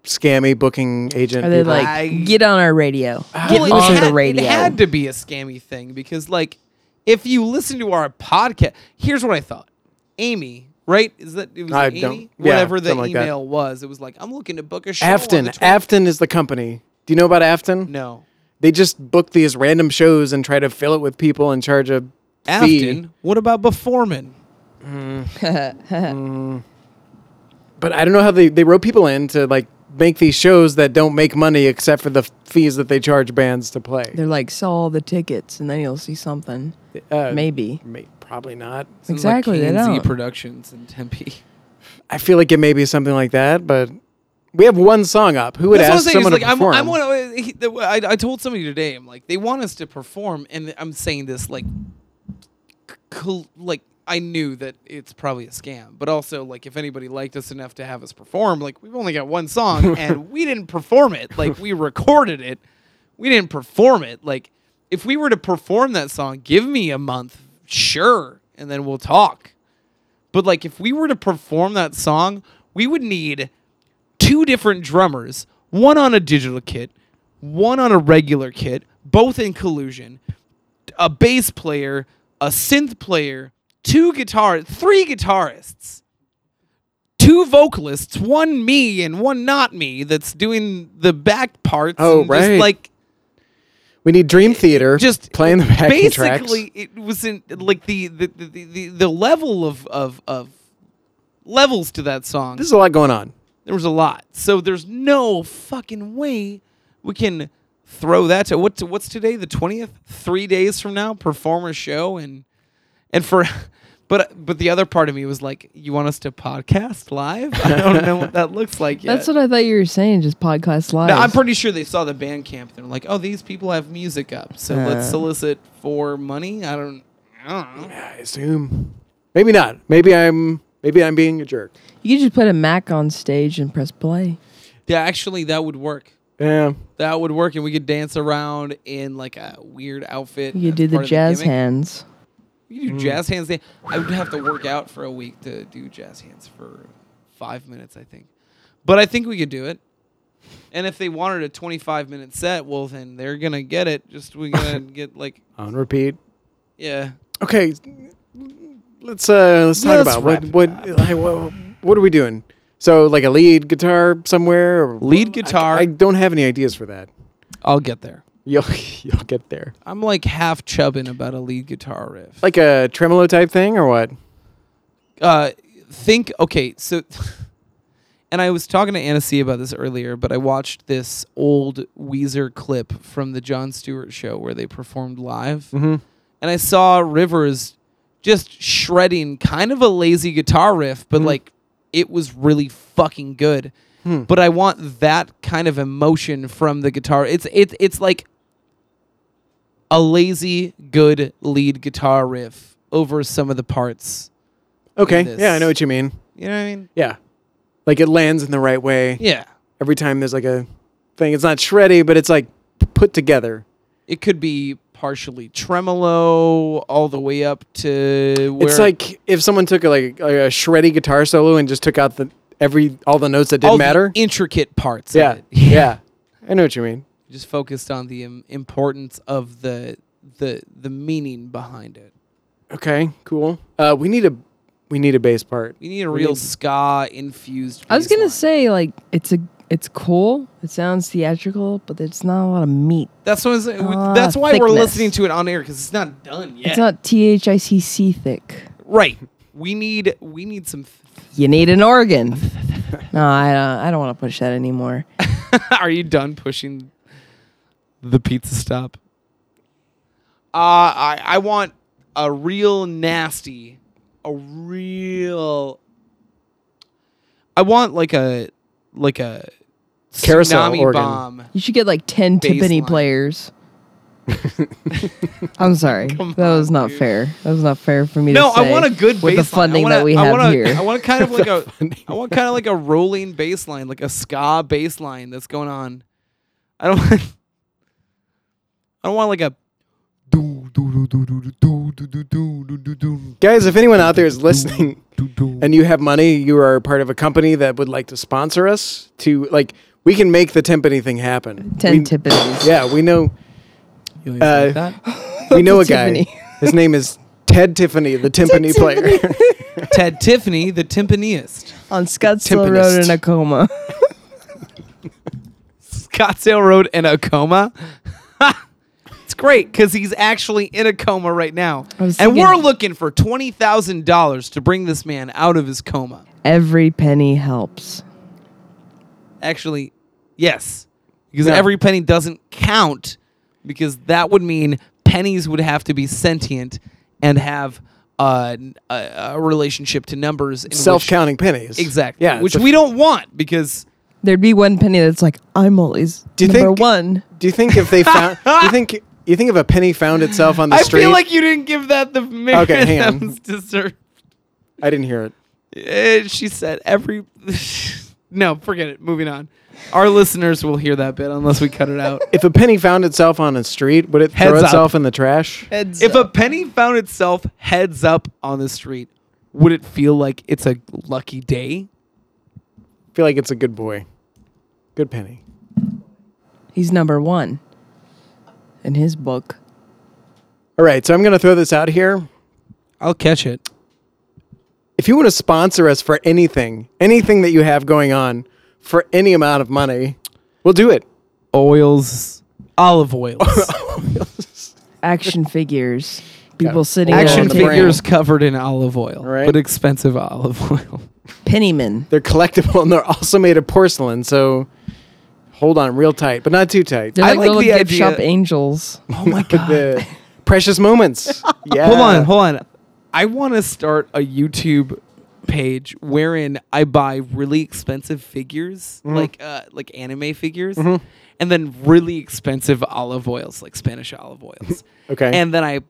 scammy booking agent. Are they people. like I- get on our radio? Get Well, it on had- the radio. It had to be a scammy thing because, like, if you listen to our podcast, here's what I thought. Amy, right? Is that it was I Amy? don't- yeah, Whatever the something like that. email was, it was like, I'm looking to book a show. on Afton? the 20 Afton is the company. Do you know about Afton? no. They just book these random shows and try to fill it with people and charge a fee. Afton. What about Beforeman? But I don't know how they they rope people in to like make these shows that don't make money except for the f- fees that they charge bands to play. They're like sell all the tickets and then you'll see something. Uh, Maybe. may- probably not. Sounds like Exactly, they K&Z don't. Productions in Tempe. I feel like it may be something like that, but we have one song up. Who would That's what I'm ask saying. someone It's to like, I'm, perform? I'm one of- he- the- I, I told somebody today, I'm like, they want us to perform, and I'm saying this like, c- cl- like I knew that it's probably a scam, but also like, if anybody liked us enough to have us perform, like we've only got one song, and we didn't perform it. Like we recorded it, we didn't perform it. Like if we were to perform that song, give me a month, sure, and then we'll talk. But like, if we were to perform that song, we would need two different drummers, one on a digital kit, one on a regular kit, both in collusion, a bass player, a synth player, two guitar, three guitarists, two vocalists, one me and one not me that's doing the back parts. Oh, and just, right. like we need Dream Theater just playing the backing tracks. basically it wasn't like the the, the, the, the the level of of of levels to that song This is a lot going on. there was a lot. So there's no fucking way we can throw that to what what's today the 20th 3 days from now perform a show and and for but but the other part of me was like you want us to podcast live? I don't know what that looks like yet. That's what I thought you were saying. Just podcast live. No, I'm pretty sure they saw the band camp. They're like, "Oh, these people have music up. So let's Uh. solicit for money." I don't I don't know. I assume. Maybe not. Maybe I'm. Maybe I'm being a jerk. you could just put a Mac on stage and press play. Yeah, actually that would work. Yeah. That would work and we could dance around in like a weird outfit. You as could do the part of jazz gimmick. hands. You do jazz hands. Day. I would have to work out for a week to do jazz hands for five minutes, I think. But I think we could do it. And if they wanted a 25 minute set, well, then they're gonna get it. Just we gotta get like, On repeat. yeah. Okay. let's uh let's talk Let's about what wrap it what, like, what what are we doing? So like a lead guitar somewhere or Lead I- guitar. I, don't have any ideas for that. I'll get there. You'll you'll get there. I'm like half chubbing about a lead guitar riff. Like a tremolo type thing or what? uh, think okay so and i was talking to anna C about this earlier but i watched this old weezer clip from the john stewart show where they performed live and i saw rivers just shredding kind of a lazy guitar riff but like it was really fucking good but i want that kind of emotion from the guitar it's it's it's like a lazy good lead guitar riff over some of the parts Okay. this. Yeah, I know what you mean. you know what i mean Yeah. Like it lands in the right way. Yeah. Every time there's like a thing. It's not shreddy, but it's like put together. It could be partially tremolo all the way up to where It's like if someone took a, like a, a shreddy guitar solo and just took out the every all the notes that all didn't the matter. intricate parts. of yeah. it. Yeah. I know what you mean. Just focused on the im- importance of the the the meaning behind it. Okay, cool. Uh, we need a we need a bass part. We need a real ska infused. I was bass gonna line. say like it's a it's cool. It sounds theatrical, but there's not a lot of meat. that's what I was, we- Ah, that's why we're thickness. listening to it on air because it's not done yet. It's not T H I C C thick. right. We need we need some. You need an organ. no, I don't. I don't want to push that anymore. Are you done pushing the pizza stop? Uh, I, I want a real nasty, a real. I want like a like a Carousel tsunami organ. bomb. You should get like ten Tiffany Baseline. players. I'm sorry. that was not fair. That was not fair for me No, to say. I want a good with baseline. the funding I wanna, that we I have wanna, here. I want kind of like a I want kind of like a rolling baseline, like a ska baseline that's going on. I don't want I don't want like a do do do do do do do do do do do do Guys, if anyone out there is listening do do and you have money, you are part of a company that would like to sponsor us to like we can make the timpani thing happen. ten we, Tiffany's. Yeah, we know You always Uh, like that? we know a The guy. timpani. His name is Ted Tiffany, the timpani player. Ted Tiffany, the timpaniist. on Scottsdale Road Timpanist. in Acoma. Scottsdale Road in a coma. it's great because he's actually in a coma right now. I was And we're thinking- looking for $20,000 to bring this man out of his coma. Every penny helps. Actually, yes. Because No. every penny doesn't count because that would mean pennies would have to be sentient and have uh, n- a, a relationship to numbers. in which- Self-counting pennies. Exactly. Yeah. Which it's a- we don't want because There'd be one penny that's like I'm always Do you number think- one. do you think if they found? do you think you think if a penny found itself on the I street? feel like you didn't give that the merit Okay, hang that on. was deserved. I didn't hear it. Eh, she said every. no, forget it. Moving on. Our listeners will hear that bit unless we cut it out. If a penny found itself on a street, would it Heads throw up. itself in the trash? Heads if a penny found itself heads up on the street, would it feel like it's a lucky day? feel like it's a good boy. Good penny. He's number one in his book. All right, so I'm going to throw this out here. I'll catch it. If you want to sponsor us for anything, anything that you have going on for any amount of money, we'll do it. Oils, olive oils, Action figures. People sitting Action action around the table. figures covered in olive oil, Right. but expensive olive oil. Pennyman. They're collectible and they're also made of porcelain, so hold on real tight, but not too tight. They're I like, like little the gift idea- shop angels. Oh my The precious moments. Yeah. Hold on, hold on. I want to start a YouTube page wherein I buy really expensive figures, like uh, like anime figures, and then really expensive olive oils, like Spanish olive oils. Okay. And then I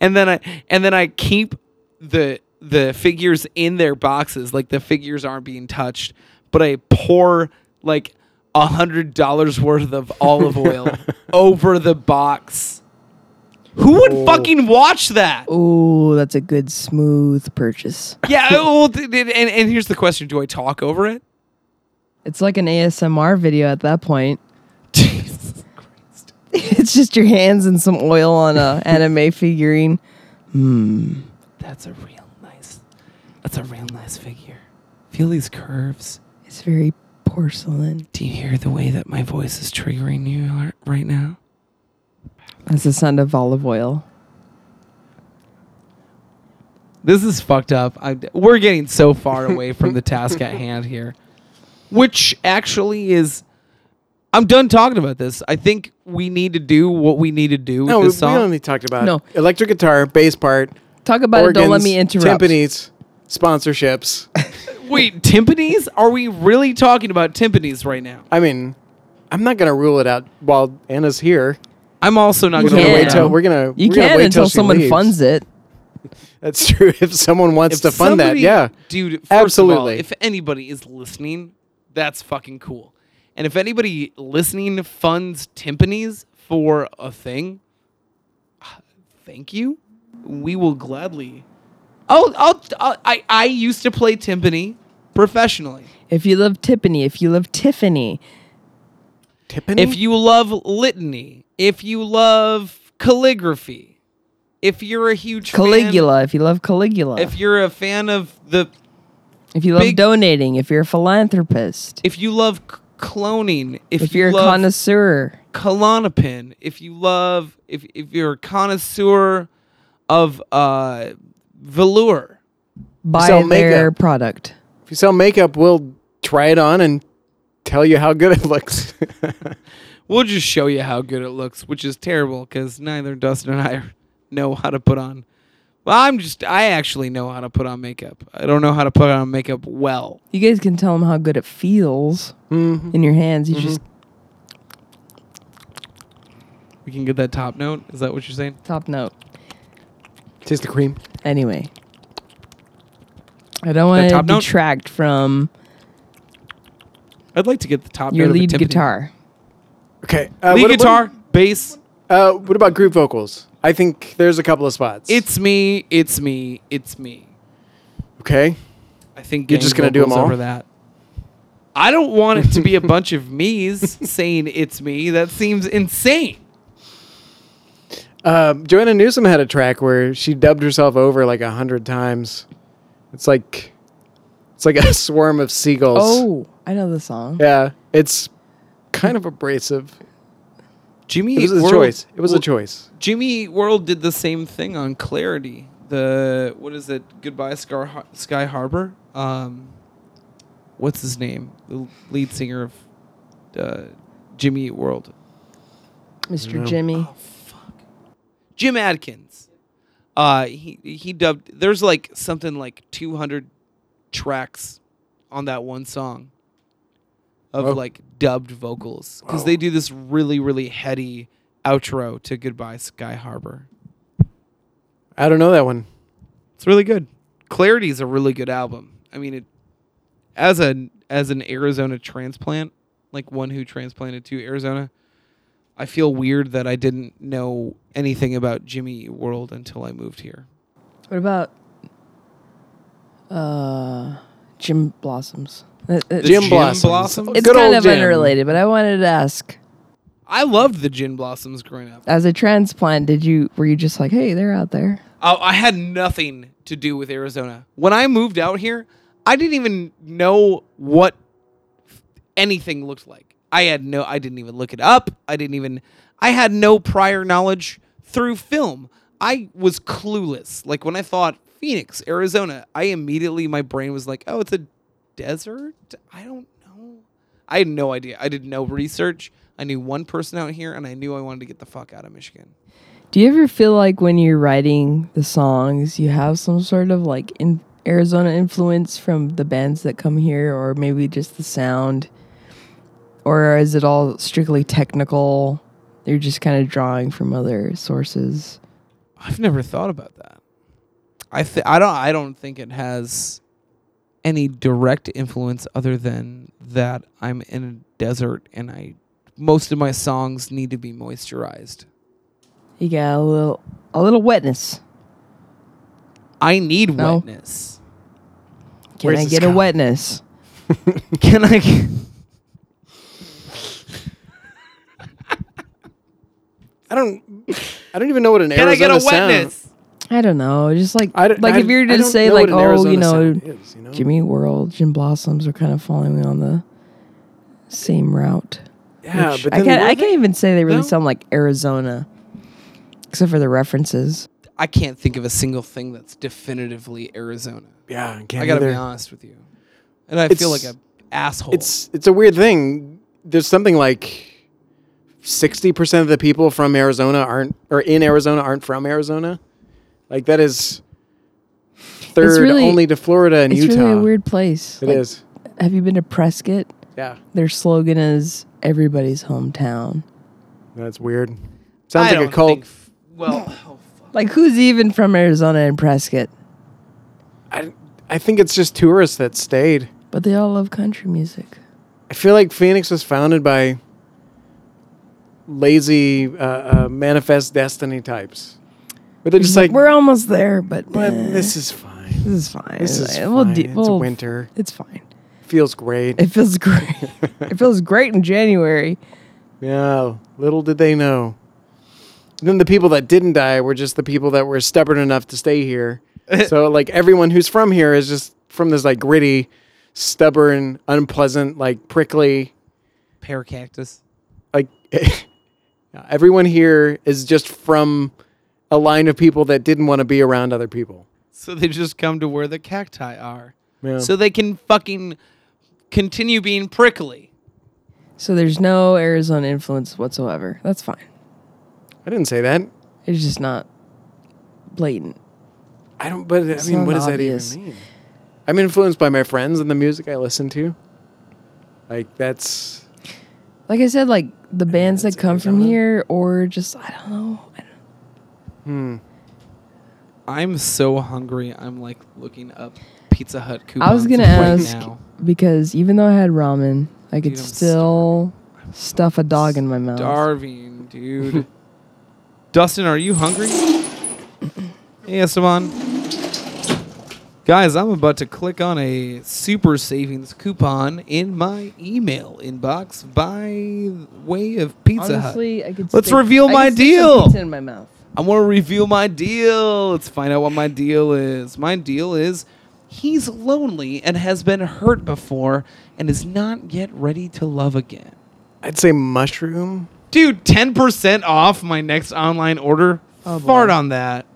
and then I and then I keep the the figures in their boxes, like the figures aren't being touched, but I pour like a hundred dollars worth of olive oil over the box. Who would fucking watch that? Oh, that's a good smooth purchase. Yeah, well, th- th- and, and here's the question: Do I talk over it? It's like an ASMR video at that point. Jesus. it's just your hands and some oil on a anime figurine. That's a real nice. That's a real nice figure. Feel these curves. It's very porcelain. Do you hear the way that my voice is triggering you ar- right now? That's the sound of olive oil. This is fucked up. I, we're getting so far away from the task at hand here, which actually is. I'm done talking about this. I think we need to do what we need to do with No, we, this we song. only talked about No. electric guitar, bass part, Talk about organs, it. Don't let me interrupt. timpanis, sponsorships. Wait, timpanis? Are we really talking about timpanis right now? I mean, I'm not gonna rule it out while Anna's here. I'm also not We're You going gonna can't. to wait till we're gonna. You we're gonna can wait till until she someone leaves. funds it. That's true. If someone wants to fund somebody- that, yeah. dude. First absolutely. Absolutely. if anybody is listening, that's fucking cool. And if anybody listening funds timpanis for a thing, uh, thank you. We will gladly. Oh, I'll, I'll, I I used to play timpani professionally. If you love Tiffany, if you love Tiffany, Tiffany? If you love litany, if you love calligraphy, if you're a huge fan- Caligula, if you love Caligula, if you're a fan of the if you love big- donating, if you're a philanthropist, if you love c- cloning, if, if, you're a love connoisseur, Klonopin, if you love, if if you're a connoisseur of uh, velour, buy sell their makeup. product. If you sell makeup, we'll try it on and tell you how good it looks. we'll just show you how good it looks, which is terrible because neither Dustin and I are- know how to put on. Well, I'm just, I actually know how to put on makeup. I don't know how to put on makeup well. You guys can tell them how good it feels Mm-hmm. in your hands. You just We can get that top note. Is that what you're saying? top note. Taste the cream. Anyway, I don't That want to top note? detract from I'd like to get the top your note. of a lead timpani. guitar. Okay. Uh, lead what- what- guitar, bass. uh, what about group vocals? I think there's a couple of spots. It's me. It's me. It's me. okay. I think You're gang just gonna do 'em vocals all? over that. I don't want it to be a bunch of me's saying it's me. That seems insane. Um, Joanna Newsom had a track where she dubbed herself over like a hundred times. It's like, it's like a swarm of seagulls. Oh, I know the song. Yeah, it's kind of abrasive. Jimmy It was a World- choice. It was a Wo- choice. Jimmy World did the same thing on Clarity. The what is it? Goodbye Scar Har- Sky Harbor. Um, what's his name? The lead singer of uh, Jimmy Eat World. Mr. Jimmy. Jim Adkins. Uh, he he dubbed. There's like something like 200 tracks on that one song of Whoa. like dubbed vocals because they do this really really heady outro to Goodbye Sky Harbor. I don't know that one. It's really good. Clarity is a really good album. I mean, it as an as an Arizona transplant, like one who transplanted to Arizona, I feel weird that I didn't know anything about Jimmy Eat World until I moved here. What about uh, Jim Blossoms? It- it- Jim Gin Blossoms. Blossoms? It's Good kind old of Jim. unrelated, but I wanted to ask. I loved the Gin Blossoms growing up. As a transplant, did you were you just like, hey, they're out there? I, I had nothing to do with Arizona when I moved out here. I didn't even know what anything looked like. I had no, I didn't even look it up. I didn't even, I had no prior knowledge through film. I was clueless. Like when I thought Phoenix, Arizona, I immediately, my brain was like, oh, it's a desert? I don't know. I had no idea. I did no research. I knew one person out here and I knew I wanted to get the fuck out of Michigan. Do you ever feel like when you're writing the songs, you have some sort of like in Arizona influence from the bands that come here, or maybe just the sound? Or is it all strictly technical? You're just kind of drawing from other sources. I've never thought about that. I th- I don't I don't think it has any direct influence other than that I'm in a desert and I most of my songs need to be moisturized. You got a little a little wetness. I need No. wetness. Can Where's I this get a guy? wetness? Can I g- I don't. I don't even know what an Can I get Arizona a sound- wetness? I don't know. Just like I don't, like I- if you were I to don't say know like what an oh you Arizona know sound is, you know? Jimmy Eat World, Jim Blossoms are kind of following on the same route. yeah, which but I then can't were I they? can't even say they really No. sound like Arizona, except for the references. I can't think of a single thing that's definitively Arizona. Yeah, I can't I gotta either. be honest with you, and I feel like It's- a asshole. It's it's a weird thing. There's something like sixty percent of the people from Arizona aren't or in Arizona aren't from Arizona. Like that is third really- only to Florida and It's Utah. really a weird place. It Like, is. Have you been to Prescott? Yeah, Their slogan is "Everybody's hometown." that's weird. Sounds I like a don't cult. think- well, oh, fuck. Like who's even from Arizona and Prescott? I I think it's just tourists that stayed. But they all love country music. I feel like Phoenix was founded by lazy uh, uh, manifest destiny types. But they're just like, We're almost there, but, but eh, this is fine. this is fine. This Like, is we'll fine. de- it's we'll- winter. It's fine. Feels great. It feels great. it feels great in January. Yeah, little did they know. Then the people that didn't die were just the people that were stubborn enough to stay here. so like everyone who's from here is just from this like gritty, stubborn, unpleasant, like prickly, pear cactus. like everyone here is just from a line of people that didn't want to be around other people. So they just come to where the cacti are, Yeah. so they can fucking continue being prickly. So there's no Arizona influence whatsoever. That's fine. I didn't say that. It's just not blatant. I don't. But I mean, not what does obvious. that even mean? I'm influenced by my friends and the music I listen to. Like that's Like I said, like the bands that it's come from Arizona. here, or just I don't know. I don't, I'm so hungry. I'm like looking up Pizza Hut coupons. I was gonna right ask now. because even though I had ramen, I could Dude, I'm still stuff a dog in my mouth. Darving, dude. Dustin, are you hungry? Hey, Esteban. Guys, I'm about to click on a super savings coupon in my email inbox by way of Pizza Hut. Honestly, I could. Let's stick- reveal I could my stick some deal. pizza in my mouth. I want to reveal my deal. Let's find out what my deal is. My deal is he's lonely and has been hurt before and is not yet ready to love again. I'd say mushroom. Dude, 10% off my next online order. Oh, boy. Fart on that.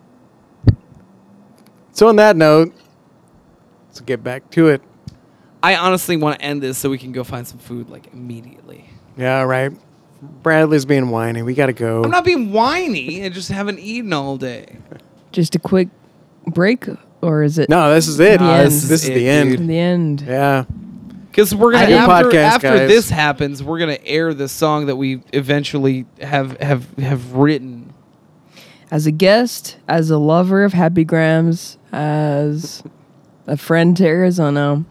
So on that note, let's get back to it. I honestly want to end this so we can go find some food like immediately. Yeah, right. Bradley's being whiny. We gotta go. I'm not being whiny. I just haven't eaten all day. Just a quick break, or is it no, this is it. Nah, this, is, this is it, the end. in the end? Yeah. Because we're Good gonna after, podcast, after guys. this happens, we're gonna air the song that we eventually have have have written. as a guest, as a lover of Happy Grams, as a friend to Arizona.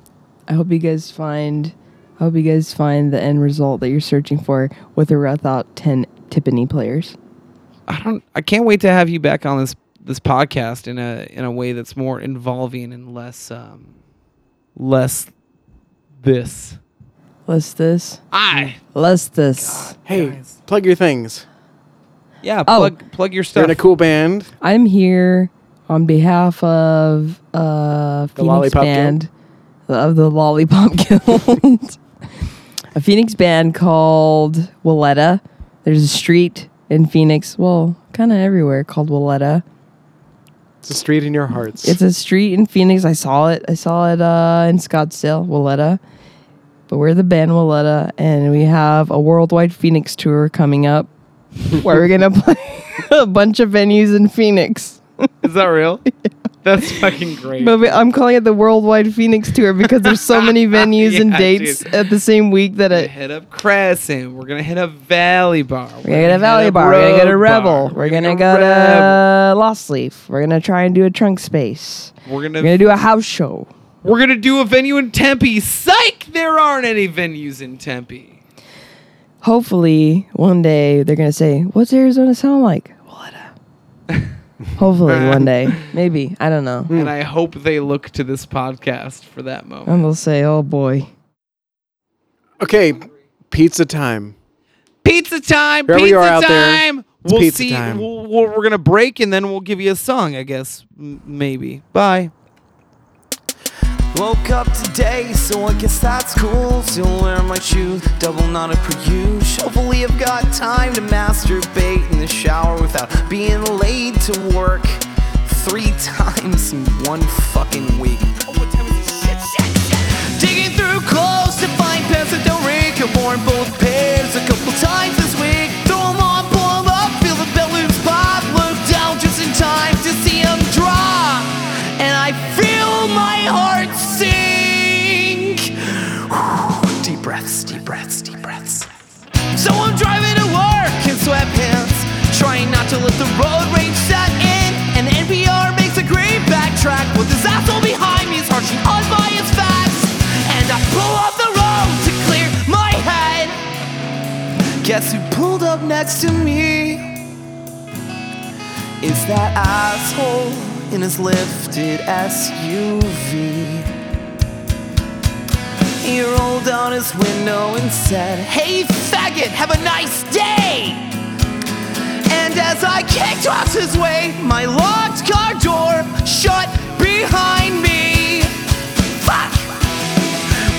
I hope you guys find I hope you guys find the end result that you're searching for with or without 10 Tiffany players. I don't. I can't wait to have you back on this this podcast in a in a way that's more involving and less um less this. Less this. I Less this. Hey, Guys. plug your things. yeah. Oh. Plug plug your You're stuff. in a cool band. I'm here on behalf of uh, Phoenix Lollipop band of the Lollipop Guild, a Phoenix band called Willetta. There's a street in Phoenix, well, kind of everywhere called Willetta. It's a street in your hearts. It's a street in Phoenix. I saw it. I saw it uh, in Scottsdale, Willetta. But we're the band Willetta, and we have a worldwide Phoenix tour coming up, where we're gonna play a bunch of venues in Phoenix. Is that real? That's fucking great. But we- I'm calling it the Worldwide Phoenix Tour because there's so many venues and Yeah, dates dude. at the same week that gonna it. hit up Crescent. We're gonna hit up Valley Bar. We're gonna go to Valley hit up Bar. We're gonna go to Road Bar. Rebel. We're gonna go to Lost Leaf. We're gonna try and do a trunk space. Rebel. We're gonna We're gonna do a house show. we're gonna do a venue in Tempe. Psych! There aren't any venues in Tempe. Hopefully, one day they're gonna say, "What's Arizona sound like?" Willetta. Hopefully, one day, maybe I don't know, And I hope they look to this podcast for that moment. and they'll say, "Oh boy." okay, pizza time. Pizza time! Wherever you pizza are out there. time! we'll pizza see. time. We'll, we'll- we're gonna break and then we'll give you a song, I guess. M- maybe. Bye. Woke up today, so I guess that's cool. Still wearing my shoes, double knotted per use. Hopefully, I've got time to masturbate in the shower without being late to work three times in one fucking week. Oh, what time is it? Shit, shit, shit. Digging through clothes to find pants that don't rake. I've worn both pairs a couple times this week. Throw 'em on, pull 'em up, feel the balloons pop. Look down just in time to see 'em drop. And I feel my heart sink. Deep breaths, deep breaths, deep breaths. So I'm driving to work in sweatpants, trying not to let the road rage set in. And NPR makes a great backtrack with his asshole behind me, is harshing unbiased facts. And I pull off the road to clear my head. Guess who pulled up next to me? It's that asshole in his lifted SUV. He rolled down his window and said, Hey faggot, have a nice day! And as I kicked off his way, my locked car door shut behind me. Fuck!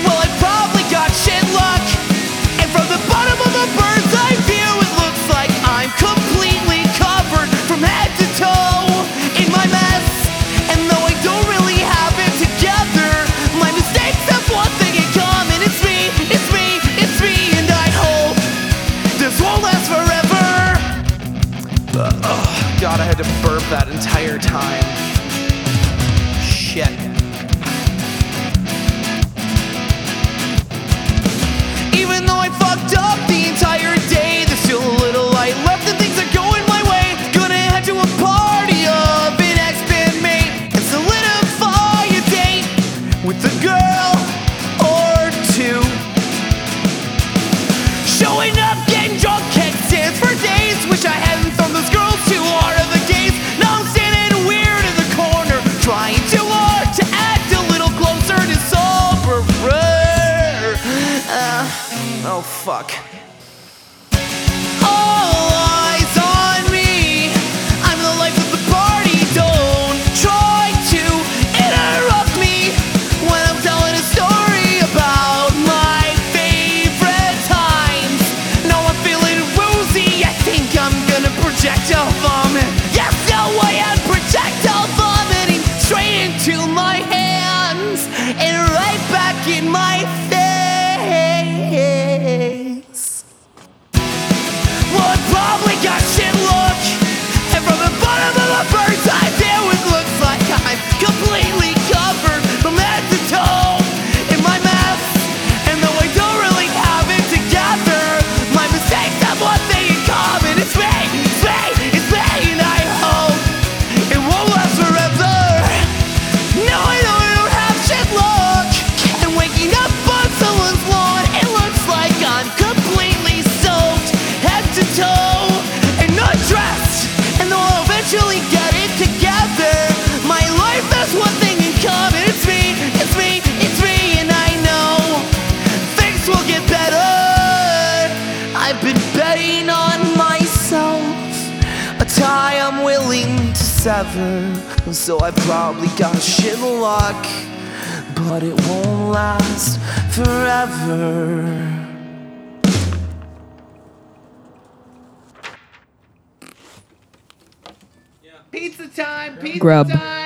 Well, I probably got shit luck. And from the bottom of a bird's eye view, it looks like I'm completely covered from head to toe in my mess. And though I don't really have it together, my mistakes have one thing in common. It's me, it's me, it's me, and I hope this won't last forever. Ugh, God, I had to burp that entire time. Shit. Even though I fucked up the entire day, there's still a little light left and things are going my way. Gonna head to a party of an ex-band mate and solidify a date with a girl or two. Showing up, getting drunk, keg stands for days. Wish I hadn't thrown those girls too hard of the gaze. Now I'm standing weird in the corner, trying too hard to act a little closer to sober. Uh, oh fuck. All eyes on me. I'm the life of the party. Don't try to interrupt me when I'm telling a story about my favorite times. Now I'm feeling woozy. I think I'm gonna projectile vomit. Yes, no way I'm projectile vomiting straight into my hands and right back in my face. Well, it probably got shit luck. And from the bottom of a bird's eye view, it looks like I'm completely covered from head to toe in my mess. And though I don't really have it together, my mistakes have one thing in common. It's me, it's me, it's me, and I hope it won't last forever. No, I know I don't have shit luck. And waking up on someone's lawn, it looks like I'm completely soaked, head to toe, and not dressed. And though I'll eventually get it together, my life has one thing in common. It's me, it's me, it's me, and I know things will get better. I've been betting on myself, a tie I'm willing to sever. So I probably got shit luck, but it won't last forever. Pizza time, pizza Grub. time.